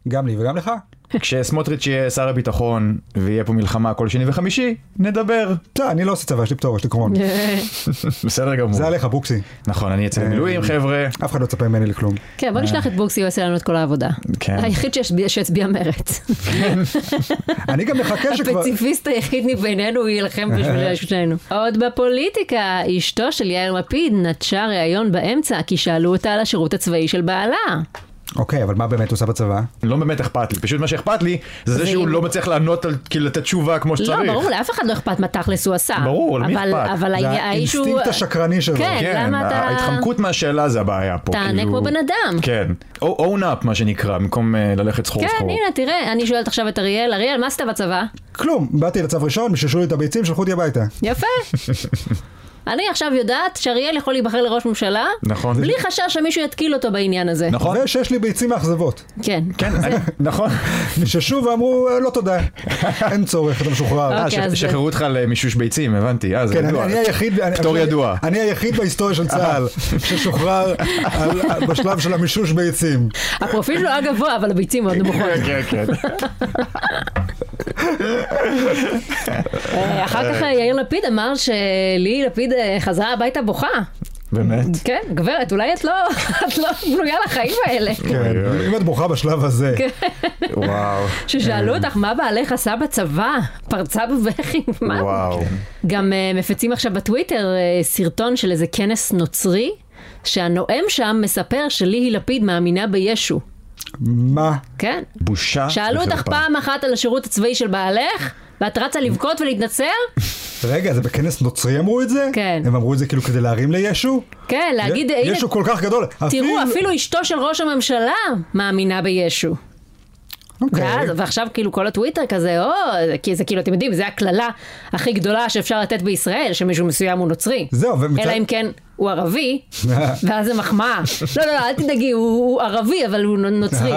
[SPEAKER 1] גם לי וגם לך.
[SPEAKER 3] כשסמוטריץ' יהיה שר הביטחון ויהיה פה מלחמה כל שני וחמישי, נדבר.
[SPEAKER 1] בסדר, אני לא עושה צבא, יש לי פטור, יש לי קרון.
[SPEAKER 3] בסדר גמור.
[SPEAKER 1] זה עליך, בוקסי.
[SPEAKER 3] נכון, אני אצא למילואים חבר'ה.
[SPEAKER 1] אף אחד לא יצפה ממני לכלום.
[SPEAKER 2] כן, בוא נשלח את בוקסי, הוא יעשה לנו את כל העבודה.
[SPEAKER 3] אה. כן.
[SPEAKER 2] היחיד שהשביע- שהצביע מרץ.
[SPEAKER 1] אני גם מחכה שכבר...
[SPEAKER 2] הפציפיסט היחיד מבינינו יילחם
[SPEAKER 3] אה.
[SPEAKER 2] בשביל שנינו. עוד בפוליטיקה, אשתו של יאיר לפיד נטשה ראיון באמצע כי שאלו אותה על השירות הצבאי של בעלה.
[SPEAKER 1] אוקיי, אבל מה באמת הוא עושה בצבא?
[SPEAKER 3] לא באמת אכפת לי, פשוט מה שאכפת לי זה זה
[SPEAKER 2] זה
[SPEAKER 3] שהוא
[SPEAKER 2] אם-
[SPEAKER 3] לא מצליח לענות, על- כאילו לתת תשובה כמו
[SPEAKER 2] לא,
[SPEAKER 3] שצריך.
[SPEAKER 2] ברור, לאף אחד לא אכפת מה תכלס הוא עשה.
[SPEAKER 3] ברור, למי
[SPEAKER 2] אבל-
[SPEAKER 3] אכפת?
[SPEAKER 2] אבל
[SPEAKER 1] זה
[SPEAKER 2] העניין- האיש הוא...
[SPEAKER 1] האינסטינקט השקרני שלו.
[SPEAKER 2] כן,
[SPEAKER 3] כן,
[SPEAKER 2] למה אתה-
[SPEAKER 3] ההתחמקות מהשאלה זה הבעיה פה.
[SPEAKER 2] תענה
[SPEAKER 3] כאילו-
[SPEAKER 2] כמו בן אדם.
[SPEAKER 3] כן, own up מה שנקרא, במקום אה, ללכת סחור
[SPEAKER 2] כן,
[SPEAKER 3] סחור.
[SPEAKER 2] הנה, תראה, אני שואלת עכשיו את אריאל, אריאל, מה עשית בצבא?
[SPEAKER 1] כלום, באתי לצו ראשון, מששו לי את הביצים, שלחו אותי הביתה.
[SPEAKER 2] יפה. אני עכשיו יודעת שאריאל יכול להיבחר לראש ממשלה,
[SPEAKER 3] נכון.
[SPEAKER 2] בלי חשש שמישהו יתקיל אותו בעניין הזה.
[SPEAKER 3] נכון.
[SPEAKER 1] ושיש לי ביצים מאכזבות.
[SPEAKER 2] כן.
[SPEAKER 3] כן, אני- נכון.
[SPEAKER 1] מששו ואמרו, "אה, לא תודה, אין צורך, אתה משוחרר.
[SPEAKER 2] אוקיי,
[SPEAKER 3] אה, ש-
[SPEAKER 2] אז-
[SPEAKER 3] שחררו אותך למישוש ביצים, הבנתי. אה, זה
[SPEAKER 1] כן,
[SPEAKER 3] ידוע.
[SPEAKER 1] אני אני היחיד... אני-
[SPEAKER 3] פטור
[SPEAKER 1] אני-
[SPEAKER 3] ידוע.
[SPEAKER 1] אני היחיד בהיסטוריה של צה"ל ששוחרר על- בשלב של המישוש ביצים.
[SPEAKER 2] הפרופיל שלו היה גבוה, אבל הביצים מאוד נמוכות.
[SPEAKER 3] כן, כן, כן.
[SPEAKER 2] אה, אחר כך אה, יאיר לפיד אמר שלי לפיד אה, חזרה הביתה בוכה.
[SPEAKER 3] באמת.
[SPEAKER 2] כן, גברת, אולי את לא את לא בנויה לחיים האלה.
[SPEAKER 1] כן,
[SPEAKER 3] אוי, אוי.
[SPEAKER 1] אם את בוכה בשלב הזה.
[SPEAKER 2] כן.
[SPEAKER 3] וואו.
[SPEAKER 2] כששאלו אותך מה בעלך עשה בצבא, פרצה בבכי, מה?
[SPEAKER 3] וואו.
[SPEAKER 1] כן.
[SPEAKER 2] גם אה, מפיצים עכשיו בטוויטר אה, סרטון של איזה כנס נוצרי, שהנואם שם מספר שליהי לפיד מאמינה בישו.
[SPEAKER 1] מה?
[SPEAKER 2] כן?
[SPEAKER 3] בושה.
[SPEAKER 2] שאלו אותך
[SPEAKER 3] וחרפה.
[SPEAKER 2] פעם אחת על השירות הצבאי של בעלך, ואת רצה לבכות ולהתנצר?
[SPEAKER 1] רגע, זה בכנס נוצרי אמרו את זה?
[SPEAKER 2] כן.
[SPEAKER 1] הם אמרו את זה כאילו כדי להרים לישו?
[SPEAKER 2] כן, להגיד, הנה,
[SPEAKER 1] ישו כל כך גדול.
[SPEAKER 2] תראו, אפילו אשתו של ראש הממשלה מאמינה בישו.
[SPEAKER 1] אוקיי.
[SPEAKER 2] ואז, ועכשיו כאילו כל הטוויטר כזה, או, זה- כי זה כאילו, אתם יודעים, זה הקללה הכי גדולה שאפשר לתת בישראל, שמישהו מסוים הוא נוצרי.
[SPEAKER 1] זהו, ומצד-
[SPEAKER 2] אלא אם כן הוא ערבי, ואז זה מחמאה. לא, לא, לא, אל תדאגי, הוא, הוא ערבי, אבל הוא נוצרי.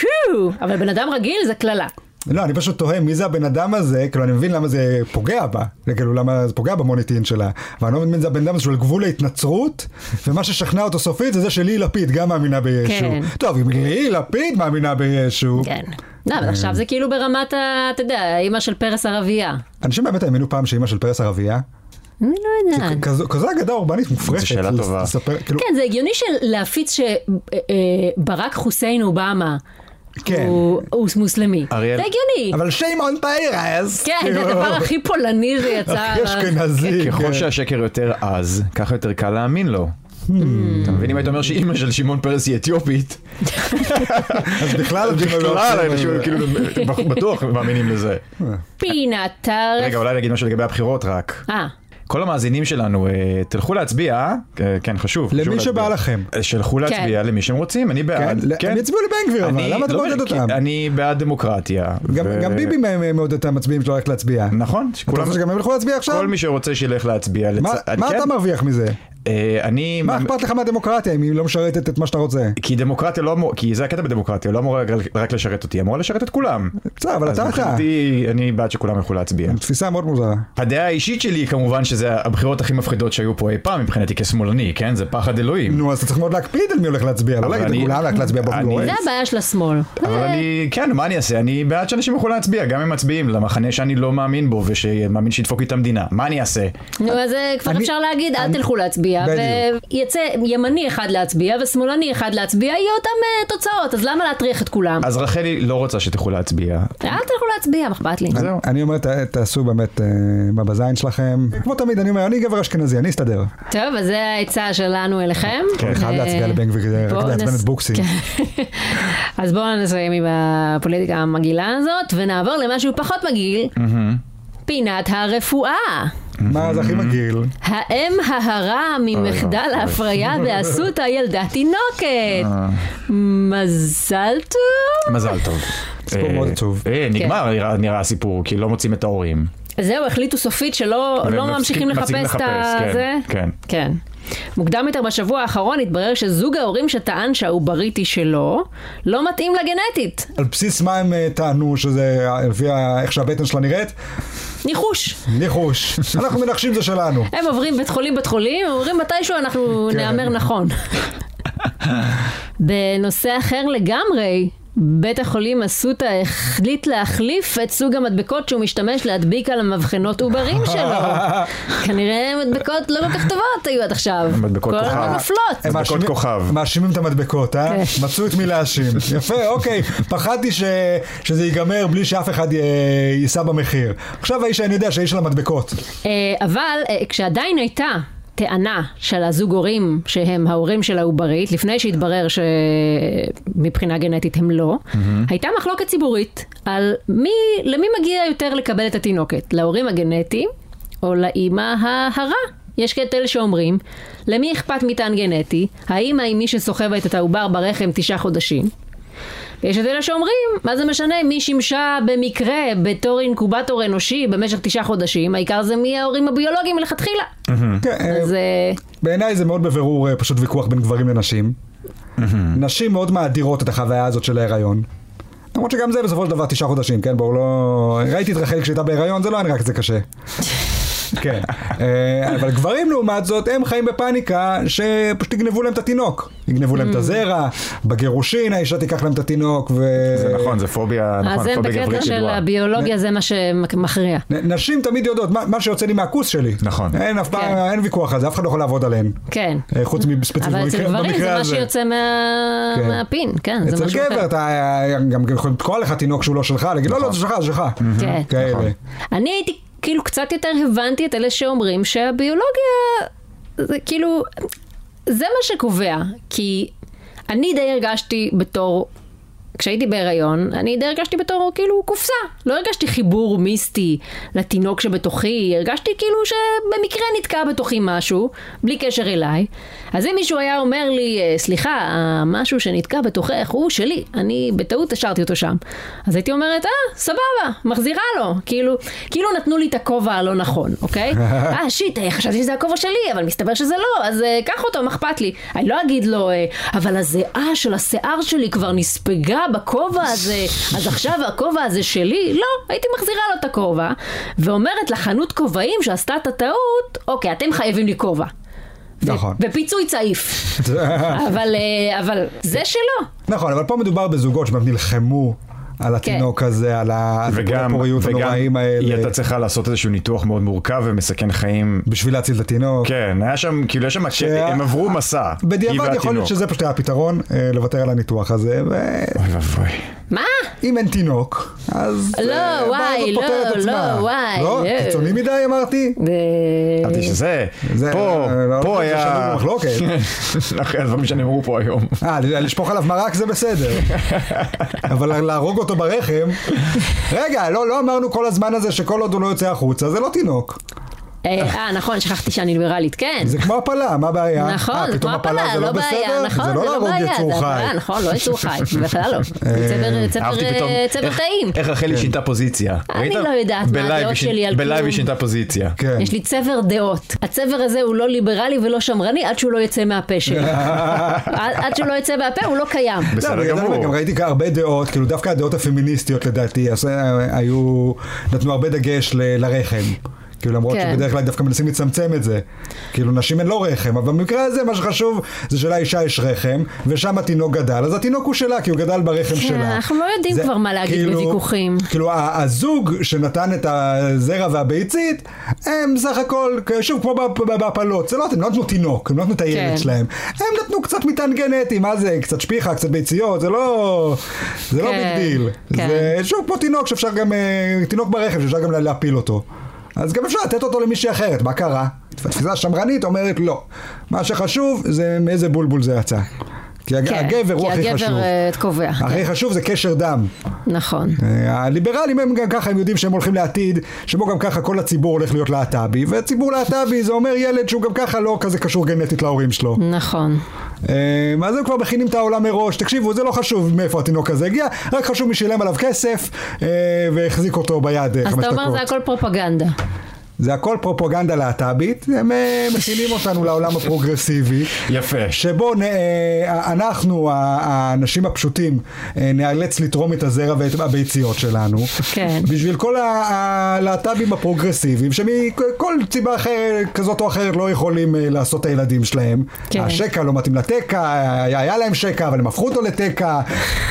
[SPEAKER 2] פיו, אבל בן אדם רגיל זה קללה.
[SPEAKER 1] לא, אני פשוט תוהה מי זה הבן אדם הזה, כאילו אני מבין למה זה פוגע בה, כאילו למה זה פוגע במוניטין שלה, אבל אני לא מבין מי זה הבן אדם הזה שהוא על גבול ההתנצרות, ומה ששכנע אותו סופית זה זה שלי לפיד גם מאמינה בישו.
[SPEAKER 2] כן.
[SPEAKER 1] טוב, אם לי לפיד מאמינה בישו.
[SPEAKER 2] כן. לא, אבל עכשיו זה כאילו ברמת ה... אתה יודע, אימא של פרס ערבייה.
[SPEAKER 1] אנשים באמת האמינו פעם שאימא של פרס ערבייה?
[SPEAKER 2] אני לא יודעת.
[SPEAKER 1] כזו כזו אגדה אורבנית מופרכת.
[SPEAKER 3] שאלה
[SPEAKER 1] לס-
[SPEAKER 3] טובה.
[SPEAKER 1] לספר, כאילו,
[SPEAKER 2] כן, זה הגיוני של- להפיץ שברק חוסיין אובמה
[SPEAKER 1] כן.
[SPEAKER 2] הוא הוא מוסלמי.
[SPEAKER 3] אריאל.
[SPEAKER 2] זה הגיוני.
[SPEAKER 1] אבל כאילו. שיימון פיירס.
[SPEAKER 2] כן, זה הדבר הכי פולני שיצא.
[SPEAKER 1] אשכנזי.
[SPEAKER 3] ככל
[SPEAKER 1] כן. Hmm.
[SPEAKER 3] שהשקר יותר עז, ככה יותר קל להאמין לו. אתה מבין אם היית אומר שאימא של שמעון פרס היא אתיופית,
[SPEAKER 1] אז בכלל
[SPEAKER 3] אז
[SPEAKER 1] אנשים לא
[SPEAKER 3] בכלל
[SPEAKER 1] עושים את
[SPEAKER 3] אנשים
[SPEAKER 1] זה.
[SPEAKER 3] כאילו בטוח מאמינים לזה.
[SPEAKER 2] פינת טרף.
[SPEAKER 3] רגע, אולי נגיד משהו לגבי הבחירות רק.
[SPEAKER 2] אה,
[SPEAKER 3] כל המאזינים שלנו, אה, תלכו להצביע, אה, כן, חשוב. חשוב
[SPEAKER 1] למי
[SPEAKER 3] להצביע.
[SPEAKER 1] שבא לכם.
[SPEAKER 3] אה, שילכו להצביע למי שהם רוצים, אני בעד.
[SPEAKER 1] כן? הם יצביעו לבן גביר, אבל,
[SPEAKER 3] אני
[SPEAKER 1] למה אתה
[SPEAKER 3] לא
[SPEAKER 1] מעודד
[SPEAKER 3] כי-
[SPEAKER 1] אותם?
[SPEAKER 3] אני בעד דמוקרטיה.
[SPEAKER 1] גם,
[SPEAKER 3] ו-
[SPEAKER 1] גם ביבי מ- מ- מעודד את המצביעים שלו ללכת להצביע.
[SPEAKER 3] נכון,
[SPEAKER 1] אתה
[SPEAKER 3] שכולם...
[SPEAKER 1] חושב שגם הם ילכו להצביע עכשיו?
[SPEAKER 3] כל מי שרוצה שילך להצביע. לצ-
[SPEAKER 1] מה,
[SPEAKER 3] אני-
[SPEAKER 1] מה
[SPEAKER 3] כן,
[SPEAKER 1] אתה מרוויח מזה?
[SPEAKER 3] אה, אני...
[SPEAKER 1] מה אכפת לך מהדמוקרטיה אם היא לא משרתת את מה שאתה רוצה?
[SPEAKER 3] כי דמוקרטיה לא אמור... כי זה הקטע בדמוקרטיה, לא אמורה רק- רק לשרת אותי, אמורה לשרת את כולם.
[SPEAKER 1] בסדר, אבל
[SPEAKER 3] אז
[SPEAKER 1] אתה אתה.
[SPEAKER 3] מבחינתי, אני בעד שכולם ילכו להצביע.
[SPEAKER 1] תפיסה מאוד מוזרה.
[SPEAKER 3] הדעה האישית שלי היא כמובן שזה הבחירות הכי מפחידות שהיו פה אי פעם מבחינתי כשמאלני, כן? זה פחד אלוהים.
[SPEAKER 1] נו, אז אתה צריך מאוד להקפיד על מי הולך להצביע, לא
[SPEAKER 3] אבל
[SPEAKER 1] להגיד
[SPEAKER 3] אני-
[SPEAKER 1] לכולם הולך להצביע באופן
[SPEAKER 3] אני-
[SPEAKER 1] גורף.
[SPEAKER 2] זה הבעיה של השמאל.
[SPEAKER 3] אבל אני, כן, מה אני אעשה? אני בעד שאנשים יוכלו להצביע, גם אם מצביעים למחנה שאני לא מאמין בו ושמאמין שידפוק לי את המדינה. מה אני אעשה?
[SPEAKER 2] נו, אז אה, כבר
[SPEAKER 1] אני-
[SPEAKER 2] אפשר להגיד, אל
[SPEAKER 1] אני-
[SPEAKER 2] תלכו להצביע.
[SPEAKER 1] בדיוק.
[SPEAKER 2] ויצא ימני אחד להצביע ושמאלני אחד להצביע, יהיו אותם אה, תוצאות, אז למה להטריח את כולם?
[SPEAKER 3] אז רחלי לא רוצה שתלכו להצביע.
[SPEAKER 2] אל תלכו להצביע, מה אכפת לי.
[SPEAKER 3] זהו.
[SPEAKER 1] אני אומר, ת- תעשו באמת אה, מה בזין שלכם. כמו תמיד, אני אומר, אני גבר אשכנזי, אני אסתדר.
[SPEAKER 3] כן.
[SPEAKER 2] טוב, אז זה העצה שלנו אליכם.
[SPEAKER 1] אני כן, חייב
[SPEAKER 2] אה,
[SPEAKER 1] להצביע לבן גביר כדי רק
[SPEAKER 2] בואו
[SPEAKER 1] לעצבן
[SPEAKER 2] נס- כן.
[SPEAKER 1] את בוקסי.
[SPEAKER 2] אז בואו נסיים עם הפוליטיקה המגעילה הזאת, ונעבור למשהו פחות מגעיל, פינת הרפואה.
[SPEAKER 1] מה, זה הכי
[SPEAKER 3] Mm.
[SPEAKER 1] מגעיל.
[SPEAKER 2] האם ההרה ממחדל
[SPEAKER 3] אוי, אוי.
[SPEAKER 2] ההפריה באסותא ילדה תינוקת.
[SPEAKER 3] אה.
[SPEAKER 2] מזל טוב.
[SPEAKER 3] מזל טוב.
[SPEAKER 1] סיפור
[SPEAKER 3] אה,
[SPEAKER 1] מאוד עצוב.
[SPEAKER 2] כן.
[SPEAKER 3] אה, נגמר נראה- נראה הסיפור, כי לא מוצאים את ההורים.
[SPEAKER 2] זהו, החליטו סופית שלא לא
[SPEAKER 3] והם
[SPEAKER 2] ממשיכים
[SPEAKER 3] מפסיקים
[SPEAKER 2] לחפש את
[SPEAKER 3] לחפש,
[SPEAKER 2] הזה.
[SPEAKER 3] כן, כן.
[SPEAKER 2] כן. מוקדם יותר בשבוע האחרון התברר שזוג ההורים שטען שהעוברית היא שלו, לא מתאים לגנטית.
[SPEAKER 1] על בסיס מה הם אה, טענו שזה אה, לפי ה- איך שהבטן שלה נראית?
[SPEAKER 2] ניחוש.
[SPEAKER 1] ניחוש. אנחנו מנחשים זה שלנו.
[SPEAKER 2] הם עוברים בית חולים בית חולים, הם אומרים מתישהו אנחנו
[SPEAKER 1] כן.
[SPEAKER 2] נהמר נכון. בנושא אחר לגמרי, בית החולים אסותא החליט להחליף את סוג המדבקות שהוא משתמש להדביק על המבחנות עוברים שלו. כנראה מדבקות לא כל כך טובות היו עד עכשיו.
[SPEAKER 3] מדבקות
[SPEAKER 2] כל
[SPEAKER 3] כוכב.
[SPEAKER 2] הזמן נופלות.
[SPEAKER 1] הם מאשימים-
[SPEAKER 3] כוכב.
[SPEAKER 1] מאשימים את המדבקות, אה?
[SPEAKER 2] כן.
[SPEAKER 1] מצאו את מי להאשים. יפה, אוקיי. פחדתי ש- שזה ייגמר בלי שאף אחד י- יישא במחיר. עכשיו האיש, אני יודע שהאיש של המדבקות.
[SPEAKER 2] אה, אבל אה, כשעדיין הייתה טענה של הזוג הורים שהם ההורים של העוברית, לפני שהתברר שמבחינה גנטית הם לא, הייתה מחלוקת ציבורית על מי, למי מגיע יותר לקבל את התינוקת, להורים הגנטיים או לאימא ההרה. יש כאלה שאומרים, למי אכפת מטען גנטי? האימא היא מי שסוחבת את העובר ברחם תשעה חודשים. ויש את אלה שאומרים, מה זה משנה, מי שימשה במקרה בתור אינקובטור אנושי במשך תשעה חודשים, העיקר זה מי ההורים הביולוגיים מלכתחילה.
[SPEAKER 1] כן, אה,
[SPEAKER 2] אז אה,
[SPEAKER 1] בעיניי זה מאוד בבירור אה, פשוט ויכוח בין גברים לנשים. נשים מאוד מאדירות את החוויה הזאת של ההיריון. למרות שגם זה בסופו של דבר תשעה חודשים, כן? בואו לא... ראיתי את רחל כשהייתה בהיריון, זה לא היה נראה כזה קשה. כן. אה, אבל גברים לעומת זאת, הם חיים בפאניקה שפשוט יגנבו להם את התינוק. יגנבו
[SPEAKER 2] Mm.
[SPEAKER 1] להם את הזרע, בגירושין האישה תיקח להם את התינוק, ו...
[SPEAKER 3] זה נכון, זה פוביה,
[SPEAKER 2] אז
[SPEAKER 3] נכון,
[SPEAKER 2] הם
[SPEAKER 3] פוביה
[SPEAKER 2] בקטע
[SPEAKER 3] גברית
[SPEAKER 2] של
[SPEAKER 3] ידועה.
[SPEAKER 2] הביולוגיה זה מה שמכריע.
[SPEAKER 1] נ- נשים תמיד יודעות, מה, מה שיוצא לי מהכוס שלי.
[SPEAKER 3] נכון.
[SPEAKER 1] אין אף פעם,
[SPEAKER 2] כן.
[SPEAKER 1] אין ויכוח על זה, אף אחד לא יכול לעבוד עליהן.
[SPEAKER 2] כן.
[SPEAKER 1] אה, חוץ מספציפית
[SPEAKER 2] אבל אצל
[SPEAKER 1] במקרה
[SPEAKER 2] גברים זה
[SPEAKER 1] במקרה
[SPEAKER 2] מה
[SPEAKER 1] הזה.
[SPEAKER 2] שיוצא מה-
[SPEAKER 1] כן.
[SPEAKER 2] מהפין, כן, זה
[SPEAKER 1] אצל
[SPEAKER 2] משהו
[SPEAKER 1] גבר
[SPEAKER 2] אחר. נכון.
[SPEAKER 1] אתה גם יכול לתקוע לך תינוק שהוא לא שלך, להגיד לא, לא, זה שלך, זה שלך. אוקיי,
[SPEAKER 2] כן.
[SPEAKER 3] נכון.
[SPEAKER 1] כאלה.
[SPEAKER 2] אני הייתי, כאילו, קצת יותר הבנתי את אלה שאומרים שהביולוגיה, זה כאילו, זה מה שקובע. כי אני די הרגשתי בתור, כשהייתי בהיריון, אני די הרגשתי בתור, כאילו, קופסה. לא הרגשתי חיבור מיסטי לתינוק שבתוכי, הרגשתי כאילו שבמקרה נתקע בתוכי משהו, בלי קשר אליי. אז אם מישהו היה אומר לי, "אה, סליחה, המשהו שנתקע בתוכך הוא שלי, אני בטעות השארתי אותו שם. אז הייתי אומרת, אה, סבבה, מחזירה לו. כאילו, כאילו נתנו לי את הכובע הלא נכון, אוקיי? אה, שיט, אה, חשבתי שזה הכובע שלי, אבל מסתבר שזה לא, אז אה, קח אותו, מה אכפת לי? אני לא אגיד לו, אה, אבל הזיעה של השיער שלי כבר נספגה בכובע הזה, אז עכשיו הכובע הזה שלי? לא, הייתי מחזירה לו את הכובע, ואומרת לחנות כובעים שעשתה את הטעות, אוקיי, אתם חייבים לי כובע.
[SPEAKER 1] נכון.
[SPEAKER 2] ופיצוי צעיף. אבל, אה, אבל זה שלו.
[SPEAKER 1] נכון, אבל פה מדובר בזוגות שבאמת נלחמו
[SPEAKER 2] כן.
[SPEAKER 1] על התינוק הזה, על ה- על
[SPEAKER 3] וגם,
[SPEAKER 1] הפוריות
[SPEAKER 3] וגם
[SPEAKER 1] הנוראים
[SPEAKER 3] היא הייתה
[SPEAKER 1] האלה,
[SPEAKER 3] צריכה לעשות איזשהו ניתוח מאוד מורכב ומסכן חיים.
[SPEAKER 1] בשביל להציל את התינוק.
[SPEAKER 3] כן, היה שם, כאילו, יש שם, ש...
[SPEAKER 1] שה-
[SPEAKER 3] הם עברו מסע. היא
[SPEAKER 1] בדיעבד יכול
[SPEAKER 3] והתינוק.
[SPEAKER 1] להיות שזה פשוט היה הפתרון, אה, לוותר על הניתוח הזה, ואם
[SPEAKER 3] אוי ואבוי.
[SPEAKER 2] מה?
[SPEAKER 1] אין תינוק, אז...
[SPEAKER 2] לא,
[SPEAKER 1] אה, הבעיה
[SPEAKER 2] וואי,
[SPEAKER 1] הזאת
[SPEAKER 2] לא,
[SPEAKER 1] פותרת את
[SPEAKER 2] לא,
[SPEAKER 1] עצמה.
[SPEAKER 2] וואי,
[SPEAKER 1] לא,
[SPEAKER 2] לא.
[SPEAKER 1] קיצוני מדי אמרתי?
[SPEAKER 2] אה,
[SPEAKER 3] אמרתי שזה,
[SPEAKER 1] זה-
[SPEAKER 3] פה,
[SPEAKER 1] אה, לא,
[SPEAKER 3] פה
[SPEAKER 1] זה שנוי
[SPEAKER 3] היה...
[SPEAKER 1] במחלוקת.
[SPEAKER 3] אחרי הדברים שנאמרו פה היום.
[SPEAKER 1] אה, לשפוך עליו מרק זה בסדר. אבל להרוג אותו ברחם... רגע, לא, לא אמרנו כל הזמן הזה שכל עוד הוא לא יוצא החוצה, זה לא תינוק.
[SPEAKER 2] אה, נכון, שכחתי שאני ליברלית, כן.
[SPEAKER 1] זה כמו הפלה, מה הבעיה?
[SPEAKER 2] נכון,
[SPEAKER 1] אה,
[SPEAKER 2] זה
[SPEAKER 1] פתאום
[SPEAKER 2] כמו הפלה,
[SPEAKER 1] זה
[SPEAKER 2] לא בעיה,
[SPEAKER 1] בסדר?
[SPEAKER 2] נכון,
[SPEAKER 1] זה לא להרוג
[SPEAKER 2] בעיה,
[SPEAKER 1] יצור
[SPEAKER 2] זה
[SPEAKER 1] חי. אה,
[SPEAKER 2] הפלה, נכון, לא יצור חי, בכלל לא. זה צבר- צבר-
[SPEAKER 3] אהבתי פתאום.
[SPEAKER 2] צבר
[SPEAKER 3] איך-
[SPEAKER 2] טעים.
[SPEAKER 3] איך
[SPEAKER 1] כן.
[SPEAKER 3] רחלי שינתה פוזיציה.
[SPEAKER 2] אני
[SPEAKER 3] ראית?
[SPEAKER 2] לא יודעת מה
[SPEAKER 3] בלייב
[SPEAKER 2] הדעות
[SPEAKER 3] היא שינ-
[SPEAKER 2] שלי על
[SPEAKER 3] בלייב
[SPEAKER 2] כלום.
[SPEAKER 3] היא שינתה פוזיציה.
[SPEAKER 1] כן.
[SPEAKER 2] יש לי צבר דעות. הצבר הזה הוא לא ליברלי ולא שמרני עד שהוא לא יצא מהפה שלי. עד עד שהוא לא יצא מהפה הוא לא קיים.
[SPEAKER 1] לא, אבל
[SPEAKER 3] בסדר
[SPEAKER 1] אתה יודע,
[SPEAKER 3] גמור.
[SPEAKER 1] גם ראיתי כאן הרבה דעות, כאילו דווקא הדעות הפמיניסטיות לדעתי, אז, אה, היו, נתנו הרבה דגש ל- לרחם. כאילו למרות
[SPEAKER 2] כן.
[SPEAKER 1] שבדרך כלל דווקא מנסים לצמצם את זה. כאילו נשים הן לא רחם, אבל במקרה הזה מה שחשוב זה שלאישה יש רחם, ושם התינוק גדל, אז התינוק הוא שלה, כי הוא גדל ברחם
[SPEAKER 2] כן,
[SPEAKER 1] שלה.
[SPEAKER 2] אנחנו לא יודעים כבר מה להגיד בוויכוחים.
[SPEAKER 1] כאילו ה- הזוג שנתן את הזרע והביצית, הם סך הכל, שוב כמו בה- בה- בהפלות, זה לא, הם לא נתנו תינוק, הם לא נתנו את הילד
[SPEAKER 2] כן.
[SPEAKER 1] שלהם. הם נתנו קצת מטען גנטי, מה זה, קצת שפיכה, קצת ביציות, זה לא... זה לא
[SPEAKER 2] כן,
[SPEAKER 1] ביג דיל.
[SPEAKER 2] כן.
[SPEAKER 1] זה שוב כמו תינוק שאפשר גם, אה, תינוק ברכב שאפשר גם לה- להפיל אותו. אז גם אפשר לתת אותו למישהי אחרת, מה קרה? התפיסה השמרנית אומרת לא. מה שחשוב זה מאיזה בולבול זה יצא. כי הג-
[SPEAKER 2] כן,
[SPEAKER 1] הגבר הוא הכי
[SPEAKER 2] כי
[SPEAKER 1] חשוב.
[SPEAKER 2] הגבר אה, קובע.
[SPEAKER 1] הכי חשוב זה קשר דם.
[SPEAKER 2] נכון.
[SPEAKER 1] אה, הליברלים הם גם ככה, הם יודעים שהם הולכים לעתיד, שבו גם ככה כל הציבור הולך להיות להט"בי, וציבור להט"בי זה אומר ילד שהוא גם ככה לא כזה קשור גנטית להורים שלו.
[SPEAKER 2] נכון.
[SPEAKER 1] אה, אז הם כבר מכינים את העולם מראש, תקשיבו, זה לא חשוב מאיפה התינוק הזה הגיע, רק חשוב מי שילם עליו כסף אה, והחזיק אותו ביד אה,
[SPEAKER 2] אז
[SPEAKER 1] חמש
[SPEAKER 2] אתה אומר
[SPEAKER 1] דקות. אה,
[SPEAKER 2] זה הכל פרופגנדה.
[SPEAKER 1] זה הכל פרופוגנדה להט"בית, הם אה, מכינים אותנו לעולם הפרוגרסיבי.
[SPEAKER 3] יפה.
[SPEAKER 1] שבו נ, אה, אנחנו, ה- האנשים הפשוטים, אה, נאלץ לתרום את הזרע ואת הביציות שלנו.
[SPEAKER 2] כן.
[SPEAKER 1] בשביל כל ה- הלהט"בים הפרוגרסיביים, שמכל סיבה אחרת, כזאת או אחרת לא יכולים אה, לעשות את הילדים שלהם.
[SPEAKER 2] כן.
[SPEAKER 1] השקע לא מתאים לתקע, היה, היה להם שקע, אבל הם הפכו אותו לתקע,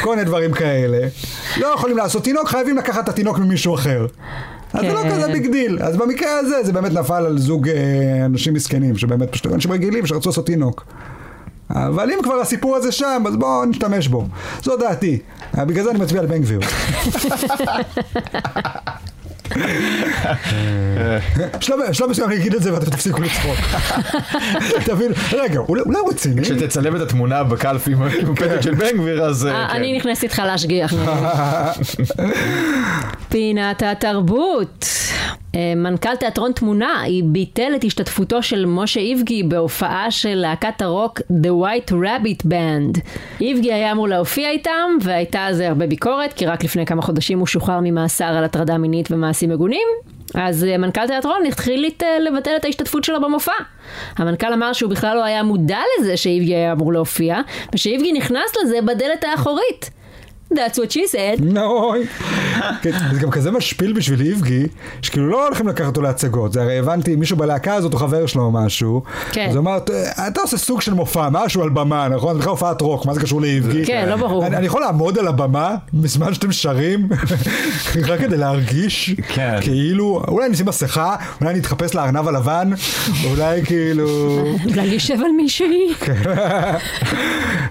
[SPEAKER 1] כל מיני דברים כאלה. לא יכולים לעשות תינוק, חייבים לקחת את התינוק ממישהו אחר. אז זה לא
[SPEAKER 2] כן.
[SPEAKER 1] כזה ביג דיל, אז במקרה הזה זה באמת נפל על זוג אה, אנשים מסכנים, שבאמת פשוט אנשים רגילים שרצו לעשות תינוק. אבל אם כבר הסיפור הזה שם, אז בואו נשתמש בו. זו דעתי. אה, בגלל זה אני מצביע על בן גביר. בשלב בשלב מסוים אני אגיד את זה ואתם תפסיקו לצחוק. תבין, רגע, אולי אולי הוא רציני?
[SPEAKER 3] כשתצלם את התמונה בקלפי עם
[SPEAKER 1] כן.
[SPEAKER 3] הפתק של בן גביר, אז... אה,
[SPEAKER 2] אה,
[SPEAKER 3] כן.
[SPEAKER 2] אני נכנסת איתך להשגיח. פינת התרבות. אה, מנכ"ל תיאטרון תמונה, היא ביטל את השתתפותו של משה איבגי בהופעה של להקת הרוק The White Rabbit Band. איבגי היה אמור להופיע איתם, והייתה על זה הרבה ביקורת, כי רק לפני כמה חודשים הוא שוחרר ממאסר על הטרדה מינית ומעשים מגונים. אז אה, מנכ"ל תיאטרון התחיל לת- אה, לבטל את ההשתתפות שלו במופע. המנכ"ל אמר שהוא בכלל לא היה מודע לזה שאיבגי היה אמור להופיע, ושאיבגי נכנס לזה בדלת האחורית. That's what she said.
[SPEAKER 1] נוי. כן, זה גם כזה משפיל בשביל איבגי, שכאילו לא הולכים לקחת אותו להצגות. זה הרי הבנתי, מישהו בלהקה הזאת הוא חבר שלו או משהו.
[SPEAKER 2] כן.
[SPEAKER 1] אז הוא אמר, "ת- אתה עושה סוג של מופע, משהו על במה, נכון? זה בכלל הופעת רוק, מה זה קשור לאיבגי?
[SPEAKER 2] כן, לא ברור.
[SPEAKER 1] אני אני יכול לעמוד על הבמה בזמן שאתם שרים, רק כדי להרגיש,
[SPEAKER 3] כן.
[SPEAKER 1] כאילו, אולי אני אשים מסכה, אולי אני אתחפש לארנב הלבן, אולי כאילו... כן.
[SPEAKER 2] אולי יושב על מישהי.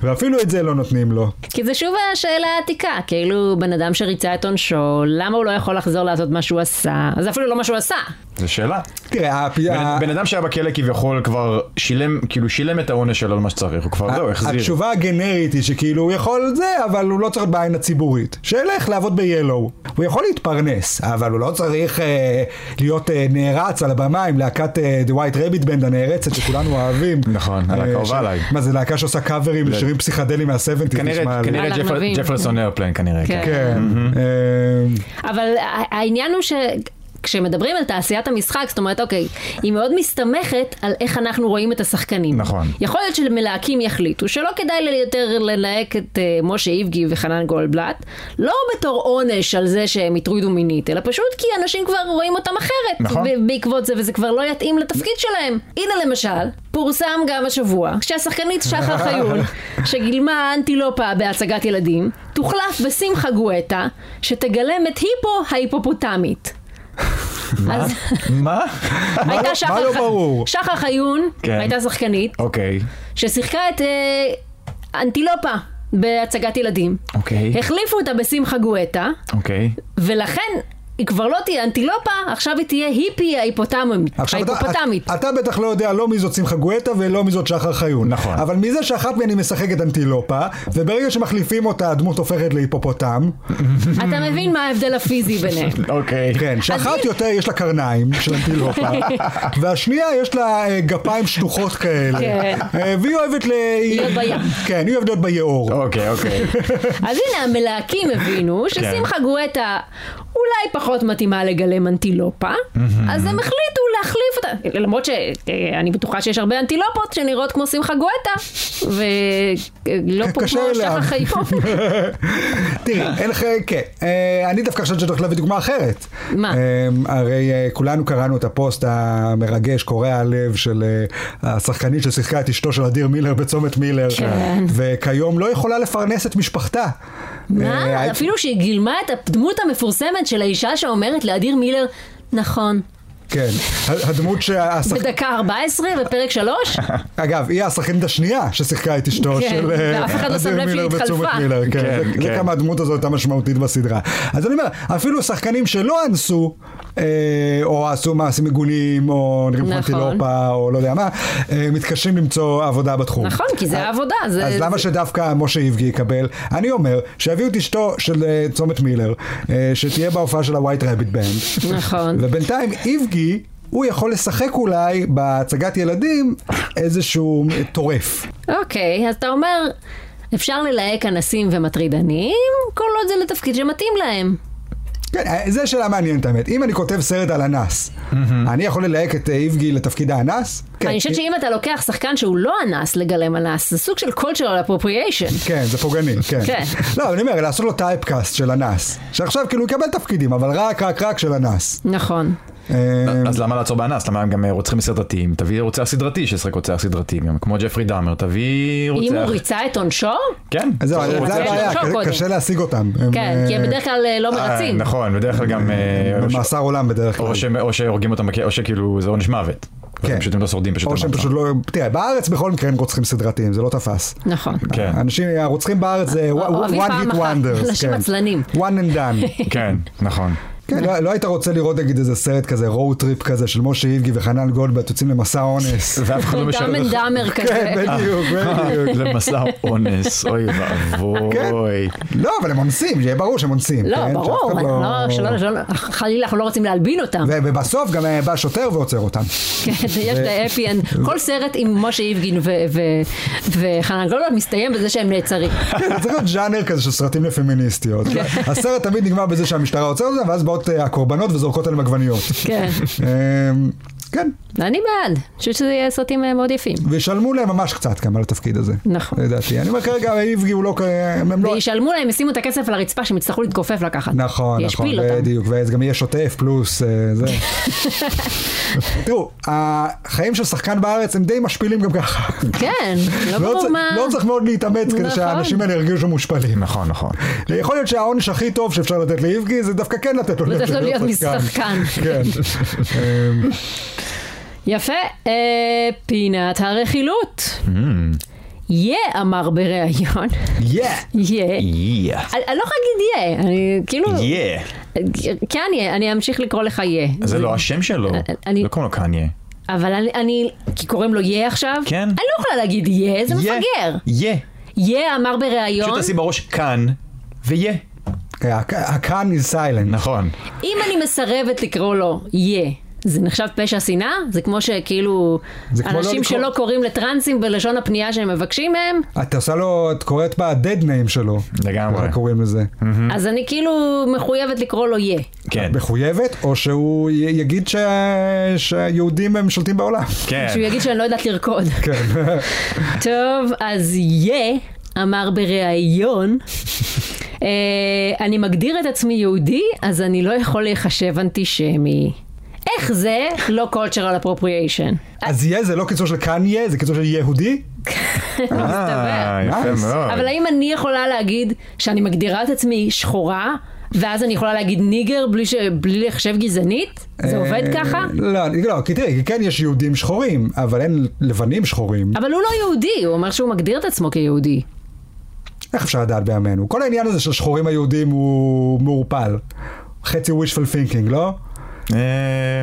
[SPEAKER 1] ואפילו את זה לא נותנים לו.
[SPEAKER 2] כי זה שוב השאלה העתיקה, כאילו בן אדם שריצה את עונשו, למה הוא לא יכול לחזור לעשות מה שהוא עשה? אז אפילו לא מה שהוא עשה.
[SPEAKER 3] זו שאלה.
[SPEAKER 1] תראה, הפ-
[SPEAKER 3] בן-
[SPEAKER 1] ה-
[SPEAKER 3] בן אדם שהיה בכלא כביכול כבר שילם, כאילו שילם את העונש שלו על מה שצריך, הוא כבר זהו, לא, החזיר.
[SPEAKER 1] התשובה הגנרית היא שכאילו הוא יכול את זה, אבל הוא לא צריך להיות בעין הציבורית. שילך לעבוד ב-Yellow. הוא יכול להתפרנס, אבל הוא לא צריך אה, להיות אה, נערץ על הבמה עם להקת אה, The White Rabbit Band הנערצת שכולנו אוהבים.
[SPEAKER 3] נכון,
[SPEAKER 1] אה,
[SPEAKER 3] הלהקה
[SPEAKER 1] ש-
[SPEAKER 3] אהובה עליי.
[SPEAKER 1] מה זה להקה שעושה קאברים לשירים פסיכדליים מה-70's?
[SPEAKER 3] כנראה כנראה
[SPEAKER 2] על
[SPEAKER 3] ג'פר-
[SPEAKER 2] ארנבים.
[SPEAKER 3] ג'פרסון איירפלן כנראה. כן.
[SPEAKER 1] כן. אה,
[SPEAKER 2] אבל ה- העניין הוא ש... כשמדברים על תעשיית המשחק, זאת אומרת, אוקיי, היא מאוד מסתמכת על איך אנחנו רואים את השחקנים.
[SPEAKER 3] נכון.
[SPEAKER 2] יכול להיות שמלהקים יחליטו שלא כדאי לי יותר ללהק את uh, משה איבגי וחנן גולדבלט, לא בתור עונש על זה שהם הטרידו מינית, אלא פשוט כי אנשים כבר רואים אותם אחרת.
[SPEAKER 3] נכון.
[SPEAKER 2] ב- בעקבות זה, וזה כבר לא יתאים לתפקיד שלהם. הנה למשל, פורסם גם השבוע שהשחקנית שחר חיון, שגילמה אנטילופה בהצגת ילדים, תוחלף בשמחה גואטה, שתגלם את היפו ההיפופוטמית. אז
[SPEAKER 3] מה?
[SPEAKER 2] הייתה
[SPEAKER 1] מה
[SPEAKER 2] שחר
[SPEAKER 1] לא
[SPEAKER 2] ח-
[SPEAKER 1] ברור?
[SPEAKER 2] שחר חיון,
[SPEAKER 3] כן.
[SPEAKER 2] הייתה שחקנית,
[SPEAKER 3] אוקיי,
[SPEAKER 2] ששיחקה את אה, אנטילופה בהצגת ילדים.
[SPEAKER 3] אוקיי,
[SPEAKER 2] החליפו אותה בשמחה גואטה,
[SPEAKER 3] אוקיי.
[SPEAKER 2] ולכן היא כבר לא תהיה אנטילופה, עכשיו היא תהיה היפי ההיפותמית.
[SPEAKER 1] עכשיו אתה-
[SPEAKER 2] ההיפופוטמית.
[SPEAKER 1] אתה בטח לא יודע לא מי זאת שמחה גואטה ולא מי זאת שחר חיון.
[SPEAKER 3] נכון.
[SPEAKER 1] אבל מזה שאחת מהן היא משחקת אנטילופה, וברגע שמחליפים אותה הדמות הופכת להיפופוטם.
[SPEAKER 2] אתה מבין מה ההבדל הפיזי ביניהם.
[SPEAKER 3] אוקיי.
[SPEAKER 1] כן, שאחת יותר יש לה קרניים של אנטילופה, והשנייה יש לה אה, גפיים שטוחות כאלה.
[SPEAKER 2] כן.
[SPEAKER 1] אה, והיא אוהבת ל...
[SPEAKER 2] להיות בים.
[SPEAKER 1] כן, היא אוהבת להיות ביאור.
[SPEAKER 3] אוקיי, אוקיי.
[SPEAKER 2] אז הנה המלהקים הבינו
[SPEAKER 1] כן.
[SPEAKER 2] ששמחה גואטה אולי פחות מתאימה לגלם אנטילופה, אז הם החליטו להחליף אותה, למרות שאני בטוחה שיש הרבה אנטילופות שנראות כמו שמחה גואטה, ולא פה
[SPEAKER 1] קשה
[SPEAKER 2] כמו שחר
[SPEAKER 1] אליה.
[SPEAKER 2] חיון.
[SPEAKER 1] תראי, אין לך, כן. אה, אני דווקא חשבתי שאת הולכת להביא דוגמה אחרת.
[SPEAKER 2] מה?
[SPEAKER 1] אה, הרי אה, כולנו קראנו את הפוסט המרגש, קורע הלב, של אה, השחקנית ששיחקה את אשתו של אדיר מילר בצומת מילר.
[SPEAKER 2] כן.
[SPEAKER 1] וכיום לא יכולה לפרנס את משפחתה. אה,
[SPEAKER 2] מה?
[SPEAKER 1] היית-
[SPEAKER 2] אפילו שהיא גילמה את הדמות המפורסמת של האישה שאומרת לאדיר מילר, נכון,
[SPEAKER 1] כן. הדמות שהשחקנית...
[SPEAKER 2] בדקה 14 בפרק 3?
[SPEAKER 1] אגב, היא השחקנית השנייה ששיחקה את אשתו
[SPEAKER 2] כן,
[SPEAKER 1] של אה,
[SPEAKER 2] ואף אחד לא שם
[SPEAKER 1] אדיר
[SPEAKER 2] לב שהיא
[SPEAKER 1] מילר
[SPEAKER 2] התחלפה.
[SPEAKER 1] וצומת מילר. כן,
[SPEAKER 3] כן,
[SPEAKER 1] זה- זה
[SPEAKER 3] כן.
[SPEAKER 1] כמה הדמות הזו הייתה משמעותית בסדרה. אז אני אומר, אפילו שחקנים שלא אנסו, אה, או עשו מעשים מגונים, או נראים כמו
[SPEAKER 2] נכון.
[SPEAKER 1] אנטילופה, או לא יודע מה, אה, מתקשים למצוא עבודה בתחום.
[SPEAKER 2] נכון, כי זה
[SPEAKER 1] אה,
[SPEAKER 2] העבודה, זה-
[SPEAKER 1] אז למה שדווקא משה איבגי יקבל? אני אומר, שיביאו את אשתו של אה, צומת מילר, אה, שתהיה בהופעה של ה-white rabbit band.
[SPEAKER 2] נכון.
[SPEAKER 1] ובינתיים איבגי, הוא יכול לשחק אולי בהצגת ילדים איזשהו טורף.
[SPEAKER 2] אוקיי, אז אתה אומר, אפשר ללהק אנסים ומטרידנים, כל עוד זה לתפקיד שמתאים להם.
[SPEAKER 1] כן, אה, זה שאלה מעניינת האמת. אם אני כותב סרט על אנס, אני יכול ללהק את אה, איבגי לתפקיד האנס? כן.
[SPEAKER 2] אני חושבת שאם אתה לוקח שחקן שהוא לא אנס לגלם אנס, זה סוג של cultural appropriation.
[SPEAKER 1] כן, זה פוגעני, כן.
[SPEAKER 2] כן.
[SPEAKER 1] לא, אני אומר, לעשות לו טייפקאסט של אנס. שעכשיו כאילו הוא יקבל תפקידים, אבל רק, רק, רק של אנס.
[SPEAKER 2] נכון.
[SPEAKER 1] אה,
[SPEAKER 3] אז למה לעצור באנס? למה הם גם אה, רוצחים סדרתיים? תביא רוצח סדרתי שישחק רוצח סדרתי גם, כמו ג'פרי דאמר, תביא רוצח...
[SPEAKER 2] אם הוא אה, ריצה את עונשו?
[SPEAKER 3] כן.
[SPEAKER 1] אז זהו, זה
[SPEAKER 2] רוצה
[SPEAKER 1] הבעיה,
[SPEAKER 2] למשוך
[SPEAKER 1] קשה-
[SPEAKER 2] קודם.
[SPEAKER 1] קשה להשיג אותם.
[SPEAKER 2] כן, כי הם בדרך כלל אה, לא
[SPEAKER 3] אה,
[SPEAKER 2] מרצים.
[SPEAKER 3] נכון, בדרך כלל גם... אה, או ש-
[SPEAKER 1] במאסר עולם בדרך כלל.
[SPEAKER 3] או שהם- או שהורגים אותם, בכ- או שכאילו זה עונש מוות.
[SPEAKER 1] כן.
[SPEAKER 3] כן. פשוט הם לא שורדים פשוט.
[SPEAKER 1] או שהם
[SPEAKER 3] המאסר.
[SPEAKER 1] פשוט לא... תראה, בארץ בכל מקרה הם רוצחים סדרתיים, זה לא תפס.
[SPEAKER 2] נכון.
[SPEAKER 3] כן.
[SPEAKER 1] אנשים, הרוצחים בארץ זה one
[SPEAKER 2] אה, אוהבים פעם
[SPEAKER 1] hit
[SPEAKER 2] אחת.
[SPEAKER 1] wonders.
[SPEAKER 2] אנשים
[SPEAKER 1] כן.
[SPEAKER 2] עצלנים.
[SPEAKER 1] one and done.
[SPEAKER 3] כן, נכון.
[SPEAKER 1] כן, לא, לא היית רוצה לראות נגיד איזה סרט כזה, road trip כזה, של משה איבגי וחנן גולדברט יוצאים למסע אונס.
[SPEAKER 3] ואף אחד לא משלם
[SPEAKER 2] דאמן
[SPEAKER 3] לך.
[SPEAKER 2] דאמר כזה.
[SPEAKER 1] כן, בדיוק, בדיוק.
[SPEAKER 3] למסע אונס, אוי ואבוי.
[SPEAKER 1] לא, אבל הם אונסים, שיהיה ברור שהם אונסים.
[SPEAKER 2] לא,
[SPEAKER 1] כן?
[SPEAKER 2] ברור,
[SPEAKER 1] שאף אחד
[SPEAKER 2] לא, שלא, שלא, חלילה אנחנו לא רוצים להלבין אותם.
[SPEAKER 1] ו- ובסוף גם אה, בא שוטר ועוצר אותם.
[SPEAKER 2] כן, יש להפי אנד. כל סרט עם משה איבגין ו- ו- וחנן גולדברג מסתיים בזה שהם נעצרים.
[SPEAKER 1] כן, זה צריך להיות ז'אנר כזה של סרטים לפמיניסטיות.
[SPEAKER 2] כן.
[SPEAKER 1] הסרט תמיד נגמר בזה שהמשטרה עוצרת אותם, ואז באות אה, הקורבנות וזורקות עליהם עגבניות.
[SPEAKER 2] כן.
[SPEAKER 1] אמ, כן,
[SPEAKER 2] אני בעד, אני חושבת שזה יהיה סרטים אה, מאוד יפים.
[SPEAKER 1] וישלמו להם ממש קצת גם על התפקיד הזה.
[SPEAKER 2] נכון.
[SPEAKER 1] לדעתי. אני אומר כרגע, איבגי לא... כ- הם לא...
[SPEAKER 2] וישלמו להם, ישימו את הכסף על הרצפה שהם יצטרכו להתכופף לקחת.
[SPEAKER 1] נכון, נכון,
[SPEAKER 2] ישפיל אותם.
[SPEAKER 1] בדיוק, וזה גם יהיה שוטף פלוס אה, זה. תראו, החיים של שחקן בארץ הם די משפילים גם ככה.
[SPEAKER 2] כן, לא
[SPEAKER 1] לא
[SPEAKER 2] ברור
[SPEAKER 1] צריך-
[SPEAKER 2] מה...
[SPEAKER 1] לא צריך מאוד להתאמץ כדי
[SPEAKER 2] נכון.
[SPEAKER 1] שהאנשים האלה ירגישו מושפלים.
[SPEAKER 3] נכון, נכון.
[SPEAKER 1] יכול להיות שהעונש הכי טוב שאפשר לתת לאיבגי זה דווקא כן לתת לו
[SPEAKER 2] לתת לו לא להיות משחקן.
[SPEAKER 1] כן. אמ,
[SPEAKER 2] יפה, אה, פינת הרכילות.
[SPEAKER 1] Mm.
[SPEAKER 2] יה אמר בריאיון,
[SPEAKER 1] יא!
[SPEAKER 2] יה.
[SPEAKER 3] יא.
[SPEAKER 2] אני אני לא יכולה להגיד יה, אני כאילו...
[SPEAKER 3] יא.
[SPEAKER 2] כן, יה, אני אמשיך לקרוא לך יה.
[SPEAKER 3] זה לא השם שלו.
[SPEAKER 2] אה, אני-
[SPEAKER 3] לא קוראים לו קניה.
[SPEAKER 2] אבל אני- אני, כי קוראים לו יה עכשיו?
[SPEAKER 3] כן.
[SPEAKER 2] אני לא יכולה להגיד יה, זה
[SPEAKER 3] יה.
[SPEAKER 2] מפגר.
[SPEAKER 3] יא.
[SPEAKER 2] יה אמר
[SPEAKER 3] פשוט
[SPEAKER 2] בריאיון,
[SPEAKER 3] תשים בראש כאן ויה.
[SPEAKER 1] כן, הק- הקאן is silent.
[SPEAKER 3] נכון.
[SPEAKER 2] אם אני מסרבת לקרוא לו יה. זה נחשב פשע שנאה? זה כמו שכאילו
[SPEAKER 1] זה כמו לא
[SPEAKER 2] אנשים
[SPEAKER 1] לקרוא-
[SPEAKER 2] שלא קוראים לטרנסים בלשון הפנייה שהם מבקשים מהם,
[SPEAKER 1] את עושה לו, את קוראת ב-dead name שלו.
[SPEAKER 3] לגמרי.
[SPEAKER 1] ככה קוראים לזה.
[SPEAKER 2] אז אני כאילו מחויבת לקרוא לו יה.
[SPEAKER 3] כן.
[SPEAKER 1] מחויבת, או שהוא י- יגיד ש- שהיהודים הם שולטים בעולם.
[SPEAKER 3] כן.
[SPEAKER 2] שהוא יגיד שאני לא יודעת לרקוד.
[SPEAKER 1] כן.
[SPEAKER 2] טוב, אז יה אמר בריאיון, אה, אני מגדיר את עצמי יהודי, אז אני לא יכול להיחשב אנטישמי. איך זה לא cultural appropriation?
[SPEAKER 1] אז יה זה לא קיצור של קניה, זה קיצור של יהודי?
[SPEAKER 3] אה, יפה
[SPEAKER 1] Nice.
[SPEAKER 3] מאוד.
[SPEAKER 2] אבל האם אני יכולה להגיד שאני מגדירה את עצמי שחורה, ואז אני יכולה להגיד ניגר בלי, ש... בלי להיחשב גזענית? זה עובד
[SPEAKER 1] אה,
[SPEAKER 2] ככה?
[SPEAKER 1] לא, לא, כי תראי, כן יש יהודים שחורים, אבל אין לבנים שחורים.
[SPEAKER 2] אבל הוא לא יהודי, הוא אומר שהוא מגדיר את עצמו כיהודי.
[SPEAKER 1] איך אפשר לדעת בימינו? כל העניין הזה של שחורים היהודים הוא מעורפל. חצי wishful thinking, לא?
[SPEAKER 3] אמ,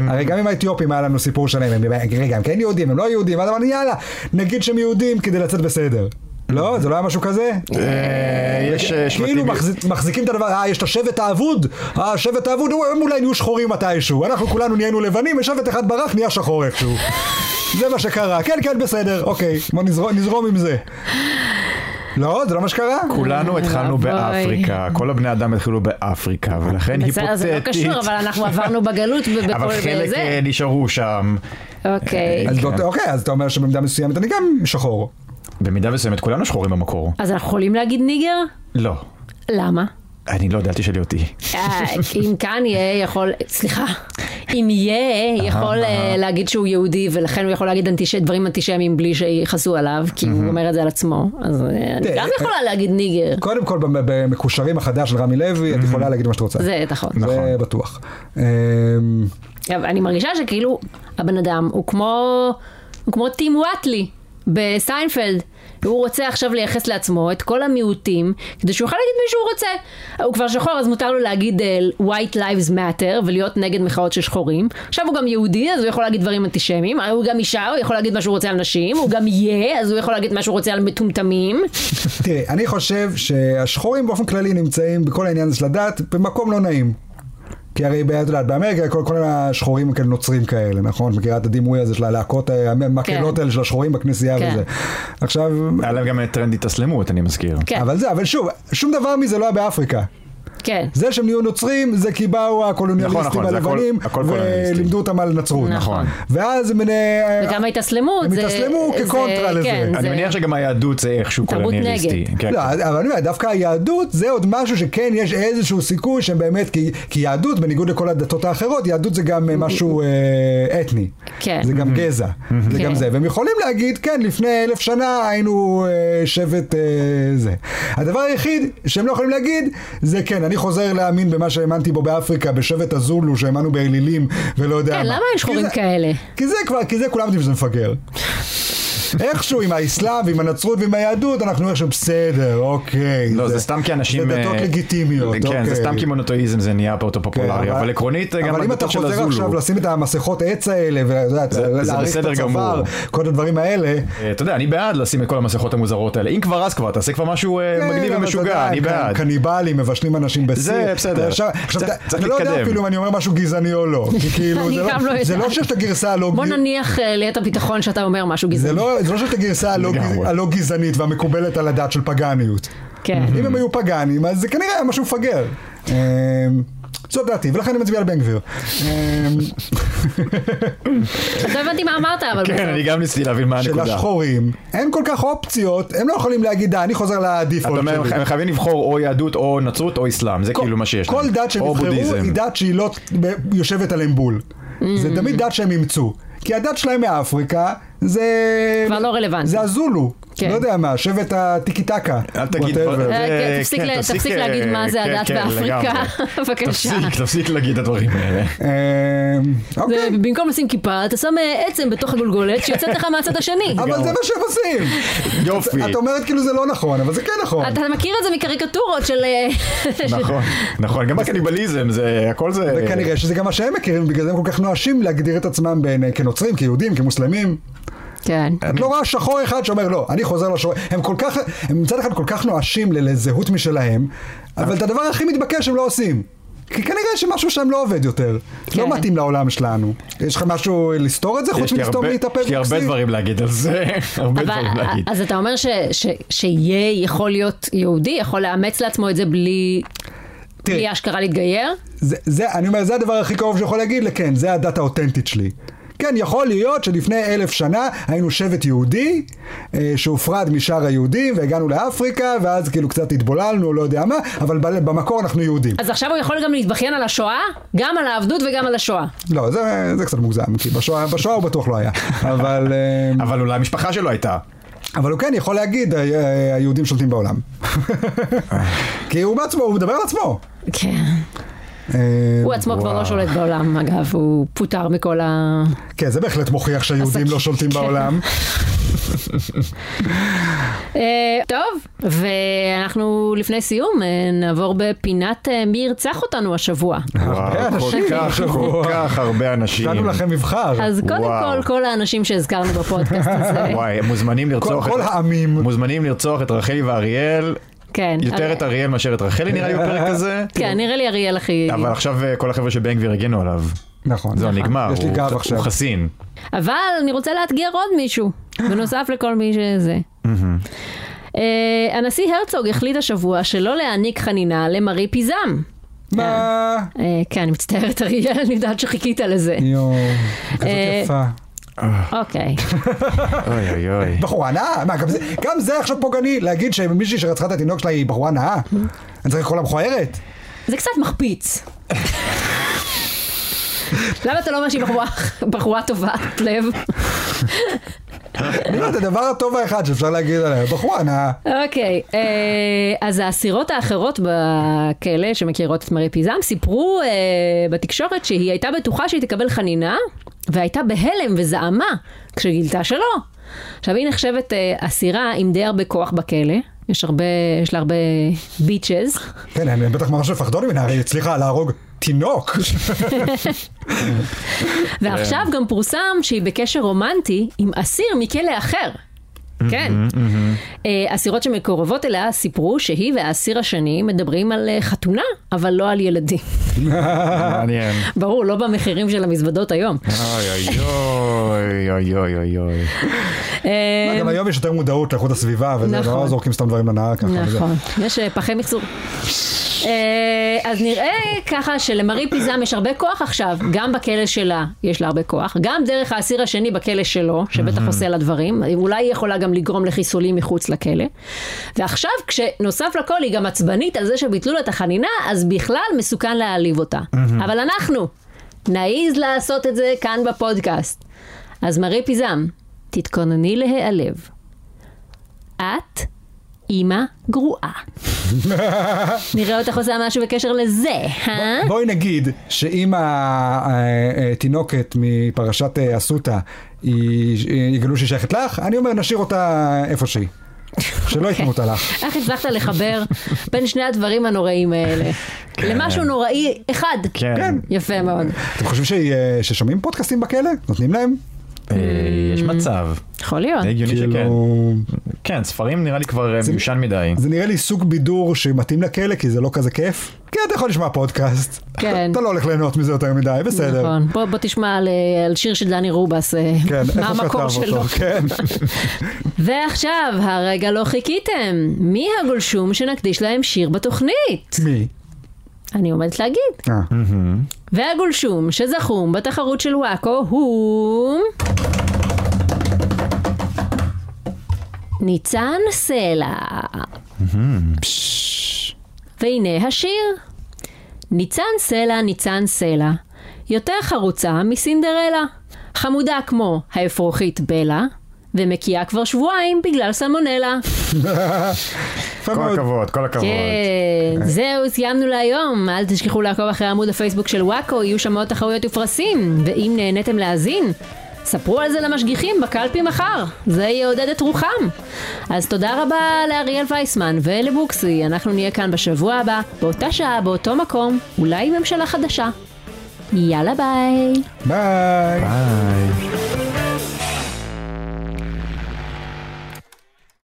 [SPEAKER 1] הרי גם עם האתיופים היה לנו סיפור שלם, הם, רגע, הם כן יהודים, הם לא יהודים, אז אמרנו יאללה, נגיד שהם יהודים כדי לצאת בסדר. לא? זה לא היה משהו כזה?
[SPEAKER 3] אה, יש אה,
[SPEAKER 1] כאילו
[SPEAKER 3] שבטים...
[SPEAKER 1] מחזיק- מחזיקים את הדבר, אה, יש את השבט האבוד, אה, השבט האבוד, הוא- הם אולי נהיו שחורים מתישהו, אנחנו כולנו נהיינו לבנים, ושבט אחד ברח, נהיה שחור איכשהו. זה מה שקרה, כן, כן, בסדר, אוקיי, בוא נזרום- נזרום עם זה. לא, זה לא מה שקרה?
[SPEAKER 3] כולנו התחלנו
[SPEAKER 2] אוי.
[SPEAKER 3] באפריקה, כל הבני אדם התחילו באפריקה, ולכן
[SPEAKER 2] בסדר, זה לא
[SPEAKER 3] היפותטית,
[SPEAKER 2] קשור, אבל אנחנו עברנו בגלות ובכל
[SPEAKER 3] אבל חלק
[SPEAKER 2] זה.
[SPEAKER 3] אה, נשארו שם.
[SPEAKER 2] אוקיי.
[SPEAKER 1] אז
[SPEAKER 3] כן.
[SPEAKER 1] באותו- אוקיי, אז אתה אומר שבמידה מסוימת אני גם שחור.
[SPEAKER 3] במידה מסוימת כולנו שחורים במקור.
[SPEAKER 2] אז אנחנו יכולים להגיד ניגר?
[SPEAKER 3] לא.
[SPEAKER 2] למה?
[SPEAKER 3] אני לא יודע, אל תשאלי אותי.
[SPEAKER 2] אה, אם כאן יהיה יכול, סליחה, אם יהיה יכול אה, להגיד שהוא יהודי ולכן הוא יכול להגיד אנטיש... דברים אנטישמיים בלי שיכעסו עליו, כי הוא אומר את זה על עצמו, אז אה, אני
[SPEAKER 1] תראה,
[SPEAKER 2] גם
[SPEAKER 1] אה,
[SPEAKER 2] יכולה להגיד ניגר,
[SPEAKER 1] קודם כל, במ- במקושרים החדש של רמי לוי, את יכולה להגיד מה שאת רוצה.
[SPEAKER 2] זה נכון.
[SPEAKER 1] זה
[SPEAKER 3] Mm-hmm. נכון.
[SPEAKER 1] בטוח. אמ,
[SPEAKER 2] אבל אני מרגישה שכאילו הבן אדם הוא כמו, הוא כמו טים וואטלי בסיינפלד. הוא רוצה עכשיו לייחס לעצמו את כל המיעוטים, כדי שהוא יוכל להגיד מי שהוא רוצה. הוא כבר שחור, אז מותר לו להגיד אה, White Lives Matter ולהיות נגד מחאות של שחורים. עכשיו הוא גם יהודי, אז הוא יכול להגיד דברים אנטישמיים. אה, הוא גם אישה, הוא יכול להגיד מה שהוא רוצה על נשים. הוא גם יהיה, אז הוא יכול להגיד מה שהוא רוצה על מטומטמים.
[SPEAKER 1] תראי, אני חושב שהשחורים באופן כללי נמצאים בכל העניין הזה של הדת במקום לא נעים. כי הרי, ב- את יודעת, באמריקה כל, כל השחורים הם כאלה נוצרים כאלה, נכון? את מכירה את הדימוי הזה של הלהקות, ה- המקהלות
[SPEAKER 2] כן.
[SPEAKER 1] האלה של השחורים בכנסייה
[SPEAKER 2] כן.
[SPEAKER 1] וזה. עכשיו,
[SPEAKER 3] היה להם גם את טרנד התאסלמות, אני מזכיר.
[SPEAKER 2] כן,
[SPEAKER 1] אבל זה, אבל שוב, שום דבר מזה לא היה באפריקה.
[SPEAKER 2] כן.
[SPEAKER 1] זה שהם נהיו נוצרים, זה כי באו הקולוניאליסטים
[SPEAKER 3] נכון, נכון, זה הכל-
[SPEAKER 1] הלבנים,
[SPEAKER 3] הכל קולוניאליסטים.
[SPEAKER 1] ולימדו אותם על נצרות.
[SPEAKER 2] נכון.
[SPEAKER 1] ואז הם... אה,
[SPEAKER 2] וגם ההתאסלמות.
[SPEAKER 1] הם
[SPEAKER 2] זה-
[SPEAKER 1] התאסלמו
[SPEAKER 2] זה-
[SPEAKER 1] כקונטרה לזה.
[SPEAKER 2] כן,
[SPEAKER 3] אני
[SPEAKER 2] זה-
[SPEAKER 3] מניח שגם היהדות זה איכשהו
[SPEAKER 2] תרבות
[SPEAKER 3] קולוניאליסטי.
[SPEAKER 2] נגד.
[SPEAKER 3] כן,
[SPEAKER 1] לא, אבל אני אומר, דווקא היהדות זה עוד משהו שכן יש איזשהו סיכוי שהם באמת, כי, כי יהדות, בניגוד לכל הדתות האחרות, יהדות זה גם אה, משהו אה, אתני.
[SPEAKER 2] כן.
[SPEAKER 1] זה
[SPEAKER 3] Mm-hmm.
[SPEAKER 1] גם גזע, זה גם
[SPEAKER 2] כן.
[SPEAKER 1] זה. והם יכולים להגיד, כן, לפני אלף שנה היינו אה, שבט אה, זה. הדבר היחיד שהם לא יכולים להגיד, זה כן, אני חוזר להאמין במה שהאמנתי בו באפריקה, בשבט הזולו, שהאמנו באלילים, ולא יודע מה.
[SPEAKER 2] כן, למה אין
[SPEAKER 1] כי
[SPEAKER 2] שחורים
[SPEAKER 1] זה-
[SPEAKER 2] כאלה?
[SPEAKER 1] כי זה כבר, כי זה כולם יודעים שזה מפגר. איכשהו עם האסלאם ועם הנצרות ועם היהדות אנחנו איכשהו בסדר, אוקיי.
[SPEAKER 3] לא, זה סתם כי אנשים...
[SPEAKER 1] זה דתות
[SPEAKER 3] אה,
[SPEAKER 1] לגיטימיות,
[SPEAKER 3] כן,
[SPEAKER 1] אוקיי. כן,
[SPEAKER 3] זה סתם כי מונותאיזם זה נהיה פה אותו פופולרי, אבל עקרונית אה, גם
[SPEAKER 1] אבל אם אתה
[SPEAKER 3] הדתות של
[SPEAKER 1] חוזר עכשיו
[SPEAKER 3] הזולו.
[SPEAKER 1] לשים את המסכות עץ האלה, ולהעריך
[SPEAKER 3] זה- זה
[SPEAKER 1] את
[SPEAKER 3] בסדר
[SPEAKER 1] הצוואר,
[SPEAKER 3] גמור.
[SPEAKER 1] כל הדברים האלה,
[SPEAKER 3] אה, אתה יודע, אני בעד לשים את כל המסכות המוזרות האלה. אם כבר אז כבר, תעשה כבר משהו אה,
[SPEAKER 1] כן,
[SPEAKER 3] מגניב
[SPEAKER 1] אבל אתה
[SPEAKER 3] ומשוגע,
[SPEAKER 1] יודע,
[SPEAKER 3] אני
[SPEAKER 1] קנ-
[SPEAKER 3] בעד.
[SPEAKER 1] קניבלים מבשלים אנשים בסיר.
[SPEAKER 3] זה בסדר.
[SPEAKER 1] עכשיו, עכשיו,
[SPEAKER 3] צריך-
[SPEAKER 1] אתה-
[SPEAKER 3] צריך
[SPEAKER 1] אני לא יודע
[SPEAKER 3] להתקדם.
[SPEAKER 1] אפילו אם אני אומר משהו גזעני או לא. כי כאילו,
[SPEAKER 2] אני
[SPEAKER 1] זה לא-
[SPEAKER 2] גם לא
[SPEAKER 1] זה לא
[SPEAKER 2] יודעת.
[SPEAKER 1] שיש את הגרסה הלא
[SPEAKER 2] בוא נניח אה, ליתר ביטחון שאתה אומר משהו
[SPEAKER 1] זה
[SPEAKER 2] גזעני.
[SPEAKER 1] לא זה לא שיש את הגרסה הלא-
[SPEAKER 3] לגמרי.
[SPEAKER 1] הלא גזענית והמקובלת על הדת של פגאניות.
[SPEAKER 2] כן.
[SPEAKER 1] אם
[SPEAKER 3] Mm.
[SPEAKER 1] הם היו פגאנים, אז זה כנראה היה משהו מפגר. אמ, זו דעתי, ולכן אני מצביע על בן גביר. אמ,
[SPEAKER 2] לא הבנתי מה אמרת, אבל בסדר.
[SPEAKER 3] כן, אני גם ניסיתי להבין מה הנקודה.
[SPEAKER 1] שלשחורים אין כל כך אופציות, הם לא יכולים להגיד, "אה, אני חוזר
[SPEAKER 3] אתה
[SPEAKER 1] לדיפולט
[SPEAKER 3] אומר,
[SPEAKER 1] שלי.
[SPEAKER 3] הם חייבים לבחור או יהדות או נצרות או אסלאם, זה כאילו מה שיש להם.
[SPEAKER 1] כל דת שהם
[SPEAKER 3] או
[SPEAKER 1] יבחרו
[SPEAKER 3] בודהיזם.
[SPEAKER 1] היא דת שהיא לא ב- יושבת עליהם בול.
[SPEAKER 2] Mm.
[SPEAKER 1] זה תמיד דת שהם אימצו. כי הדת שלהם מאפריקה זה...
[SPEAKER 2] כבר לא רלוונטי.
[SPEAKER 1] זה הזולו.
[SPEAKER 2] כן.
[SPEAKER 1] לא יודע מה, שבט הטיקי טקה.
[SPEAKER 3] אל תגיד...
[SPEAKER 1] whatever.
[SPEAKER 3] זה-
[SPEAKER 2] אה, כן,
[SPEAKER 3] כן,
[SPEAKER 2] תפסיק ל- תפסיק
[SPEAKER 3] אה,
[SPEAKER 2] להגיד מה זה
[SPEAKER 3] כן,
[SPEAKER 2] הדת
[SPEAKER 3] כן,
[SPEAKER 2] באפריקה.
[SPEAKER 3] לגמרי.
[SPEAKER 2] בבקשה.
[SPEAKER 3] תפסיק, תפסיק להגיד את הדברים האלה.
[SPEAKER 1] אמ,
[SPEAKER 2] זה
[SPEAKER 1] אוקיי,
[SPEAKER 2] במקום לשים כיפה, אתה שם אה, עצם בתוך הגולגולת שיוצאת לך מהצד השני.
[SPEAKER 3] אוקיי.
[SPEAKER 1] אבל זה מה שהם עושים.
[SPEAKER 3] יופי.
[SPEAKER 1] את אומרת כאילו זה לא נכון, אבל זה כן נכון.
[SPEAKER 2] אתה מכיר את זה מקריקטורות של... אה,
[SPEAKER 3] נכון, נכון, גם הקניבליזם, זה, הכל זה...
[SPEAKER 1] וכנראה שזה גם מה שהם מכירים, בגלל זה הם כל כך נואשים להגדיר את עצמם בין, כנוצרים, כיהודים, כמוסלמים.
[SPEAKER 2] כן.
[SPEAKER 1] את לא רואה שחור אחד שאומר לא, אני חוזר לשחור. הם כל כך, הם מצד אחד כל כך נואשים ל- לזהות משלהם, אבל את הדבר הכי מתבקש הם לא עושים. כי כנראה שמשהו שם לא עובד יותר.
[SPEAKER 2] כן.
[SPEAKER 1] לא מתאים לעולם שלנו. יש לך משהו לסתור את זה חוץ
[SPEAKER 3] יש לי
[SPEAKER 1] מלסתום
[SPEAKER 3] הרבה-
[SPEAKER 1] לי את הפה?
[SPEAKER 3] יש לי הרבה
[SPEAKER 1] בוקסים?
[SPEAKER 3] דברים להגיד על זה, הרבה
[SPEAKER 2] אבל
[SPEAKER 3] דברים להגיד.
[SPEAKER 2] אז אתה אומר ש- ש- שיהיה יכול להיות יהודי, יכול לאמץ לעצמו את זה בלי...
[SPEAKER 1] תראי.
[SPEAKER 2] בלי אשכרה להתגייר?
[SPEAKER 1] זה, זה, אני אומר, זה הדבר הכי קרוב שיכול להגיד לכן, זה הדת האותנטית שלי. כן, יכול להיות שלפני אלף שנה היינו שבט יהודי אה, שהופרד משאר היהודים והגענו לאפריקה ואז כאילו קצת התבוללנו, לא יודע מה, אבל ב- במקור אנחנו יהודים.
[SPEAKER 2] אז עכשיו הוא יכול גם להתבכיין על השואה, גם על העבדות וגם על השואה.
[SPEAKER 1] לא, זה, זה קצת מוגזם, כי בשואה, בשואה הוא בטוח לא היה. אבל, אה,
[SPEAKER 3] אבל אולי המשפחה שלו הייתה.
[SPEAKER 1] אבל הוא כן יכול להגיד, אה, "ה- ה- היהודים שולטים בעולם. כי הוא בעצמו, הוא מדבר על עצמו.
[SPEAKER 2] כן.
[SPEAKER 1] אה,
[SPEAKER 2] הוא עצמו כבר
[SPEAKER 3] וואו.
[SPEAKER 2] לא שולט בעולם, אגב, הוא פוטר מכל ה...
[SPEAKER 1] כן, זה בהחלט מוכיח שהיהודים
[SPEAKER 2] עסק-
[SPEAKER 1] לא שולטים
[SPEAKER 2] כן.
[SPEAKER 1] בעולם.
[SPEAKER 2] אה, טוב, ואנחנו לפני סיום אה, נעבור בפינת אה, מי ירצח אותנו השבוע.
[SPEAKER 3] וואו, כל
[SPEAKER 1] אנשים.
[SPEAKER 3] כך, כל כך הרבה אנשים.
[SPEAKER 1] נתנו לכם מבחר.
[SPEAKER 2] אז קודם
[SPEAKER 3] וואו.
[SPEAKER 2] כל, כל האנשים שהזכרנו בפודקאסט הזה,
[SPEAKER 3] וואי, הם מוזמנים
[SPEAKER 1] כל
[SPEAKER 3] לרצוח
[SPEAKER 1] כל
[SPEAKER 3] את...
[SPEAKER 1] העמים.
[SPEAKER 3] מוזמנים לרצוח את רחלי ואריאל,
[SPEAKER 2] כן.
[SPEAKER 3] יותר
[SPEAKER 2] אה,
[SPEAKER 3] את אריאל מאשר את רחלי נראה לי בפרק הזה.
[SPEAKER 2] כן, נראה לי אריאל הכי...
[SPEAKER 3] אבל עכשיו אה, כל החבר'ה של בן גביר הגנו עליו.
[SPEAKER 1] נכון.
[SPEAKER 3] זהו, נגמר,
[SPEAKER 1] יש לי
[SPEAKER 3] הוא-
[SPEAKER 1] גב
[SPEAKER 3] הוא
[SPEAKER 1] עכשיו.
[SPEAKER 3] חסין.
[SPEAKER 2] אבל אני רוצה לאתגר עוד מישהו, בנוסף לכל מי שזה. אה, הנשיא הרצוג החליט השבוע שלא להעניק חנינה למרי פיזם.
[SPEAKER 1] מה?
[SPEAKER 2] אה, כן, אני מצטערת, אריאל, אני יודעת שחיכית לזה.
[SPEAKER 1] יואו, כזאת
[SPEAKER 2] כן. אה,
[SPEAKER 1] יפה.
[SPEAKER 2] אוקיי.
[SPEAKER 3] אוי אוי אוי.
[SPEAKER 1] בחורה נאה, מה, גם זה- גם זה עכשיו פוגעני, להגיד שמישהי שרצחה את התינוק שלה היא בחורה נאה? אני צריך לקרוא לה מכוערת?
[SPEAKER 2] זה קצת מחפיץ. למה אתה לא אומר שהיא בחורה, בחורה טובת לב?
[SPEAKER 1] אני יודעת, הדבר הטוב האחד שאפשר להגיד עליה, בחורה נאה.
[SPEAKER 2] אוקיי, אה, אז האסירות האחרות בכלא שמכירות את מרי פיזם סיפרו אה, בתקשורת שהיא הייתה בטוחה שהיא תקבל חנינה, והייתה בהלם וזעמה כשגילתה שלא. עכשיו היא נחשבת אה, אסירה עם די הרבה כוח בכלא, יש הרבה, יש לה הרבה ביצ'ז.
[SPEAKER 1] כן, הם בטח ממש מפחדות ממנה, הרי היא הצליחה להרוג תינוק.
[SPEAKER 2] ועכשיו גם פורסם שהיא בקשר רומנטי עם אסיר מכלא אחר. כן. אה, אסירות שמקורבות אליה סיפרו שהיא והאסיר השני מדברים על אה, חתונה, אבל לא על ילדים.
[SPEAKER 3] מעניין.
[SPEAKER 2] ברור, לא במחירים של המזוודות היום.
[SPEAKER 3] אוי אוי אוי אוי אוי אוי אוי.
[SPEAKER 2] אה,
[SPEAKER 1] גם היום יש יותר מודעות לאיכות הסביבה, וזה
[SPEAKER 2] נכון.
[SPEAKER 1] לא זורקים סתם דברים לנהר ככה. וזה.
[SPEAKER 2] נכון, יש אה, פחי מחזור. אה, אז נראה ככה שלמרי פיזם יש הרבה כוח עכשיו, גם בכלא שלה יש לה הרבה כוח, גם דרך האסיר השני בכלא שלו, שבטח עושה לה דברים, אולי היא יכולה גם לגרום לחיסולים מחוץ לכלא. ועכשיו, כשנוסף לכל היא גם עצבנית על זה שביטלו לה את החנינה, אז בכלל מסוכן להעליב אותה. אבל אנחנו נעיז לעשות את זה כאן בפודקאסט. אז מרי פיזם, תתכונני להיעלב. את אימא גרועה. נראה אותך עושה משהו בקשר לזה, אה?
[SPEAKER 1] בואי נגיד שאם התינוקת מפרשת אה, אסותא, היא- יגלו שהיא שייכת לך, אני אומר נשאיר אותה איפה שהיא.
[SPEAKER 2] אוקיי.
[SPEAKER 1] שלא ייתנו אותה לך.
[SPEAKER 2] איך הצלחת לחבר בין שני הדברים הנוראים האלה? למשהו נוראי אחד.
[SPEAKER 3] כן.
[SPEAKER 1] כן.
[SPEAKER 2] יפה מאוד.
[SPEAKER 1] אתם חושבים שהיא, אה, ששומעים פודקאסטים בכלא? נותנים להם?
[SPEAKER 3] אה, יש מצב.
[SPEAKER 2] יכול להיות.
[SPEAKER 3] הגיוני שכן.
[SPEAKER 1] אה, כאילו,
[SPEAKER 3] כן, ספרים נראה לי כבר אה, מיושן מדי.
[SPEAKER 1] זה נראה לי סוג בידור שמתאים לכלא כי זה לא כזה כיף. כן, אתה יכול לשמוע פודקאסט.
[SPEAKER 2] כן.
[SPEAKER 1] אתה לא הולך ליהנות מזה יותר מדי, בסדר.
[SPEAKER 2] נכון. בוא בוא תשמע על, אה, על שיר של דני רובס, אה,
[SPEAKER 1] כן,
[SPEAKER 2] מה
[SPEAKER 1] איפה שכתב
[SPEAKER 2] המקור שלו.
[SPEAKER 1] אותו, כן.
[SPEAKER 2] ועכשיו, הרגע לא חיכיתם. מי הגולשום שנקדיש להם שיר בתוכנית?
[SPEAKER 1] מי?
[SPEAKER 2] אני עומדת להגיד.
[SPEAKER 1] אה.
[SPEAKER 2] והגולשום שזכום בתחרות של וואקו הוא... ניצן סלע. פש. והנה השיר. ניצן סלע, ניצן סלע, יותר חרוצה מסינדרלה. חמודה כמו האפרוחית בלה, ומקיאה כבר שבועיים בגלל סלמונלה.
[SPEAKER 1] יפה
[SPEAKER 3] כל
[SPEAKER 1] מאוד.
[SPEAKER 3] הכבוד, כל הכבוד.
[SPEAKER 2] כן, זהו, סיימנו להיום. אל תשכחו לעקוב אחרי עמוד הפייסבוק של וואקו, יהיו שם עוד תחרויות ופרסים. ואם נהניתם להאזין, ספרו על זה למשגיחים בקלפי מחר. זה יעודד את רוחם. אז תודה רבה לאריאל וייסמן ולבוקסי. אנחנו נהיה כאן בשבוע הבא, באותה שעה, באותו מקום, אולי עם ממשלה חדשה. יאללה ביי.
[SPEAKER 1] ביי.
[SPEAKER 3] ביי.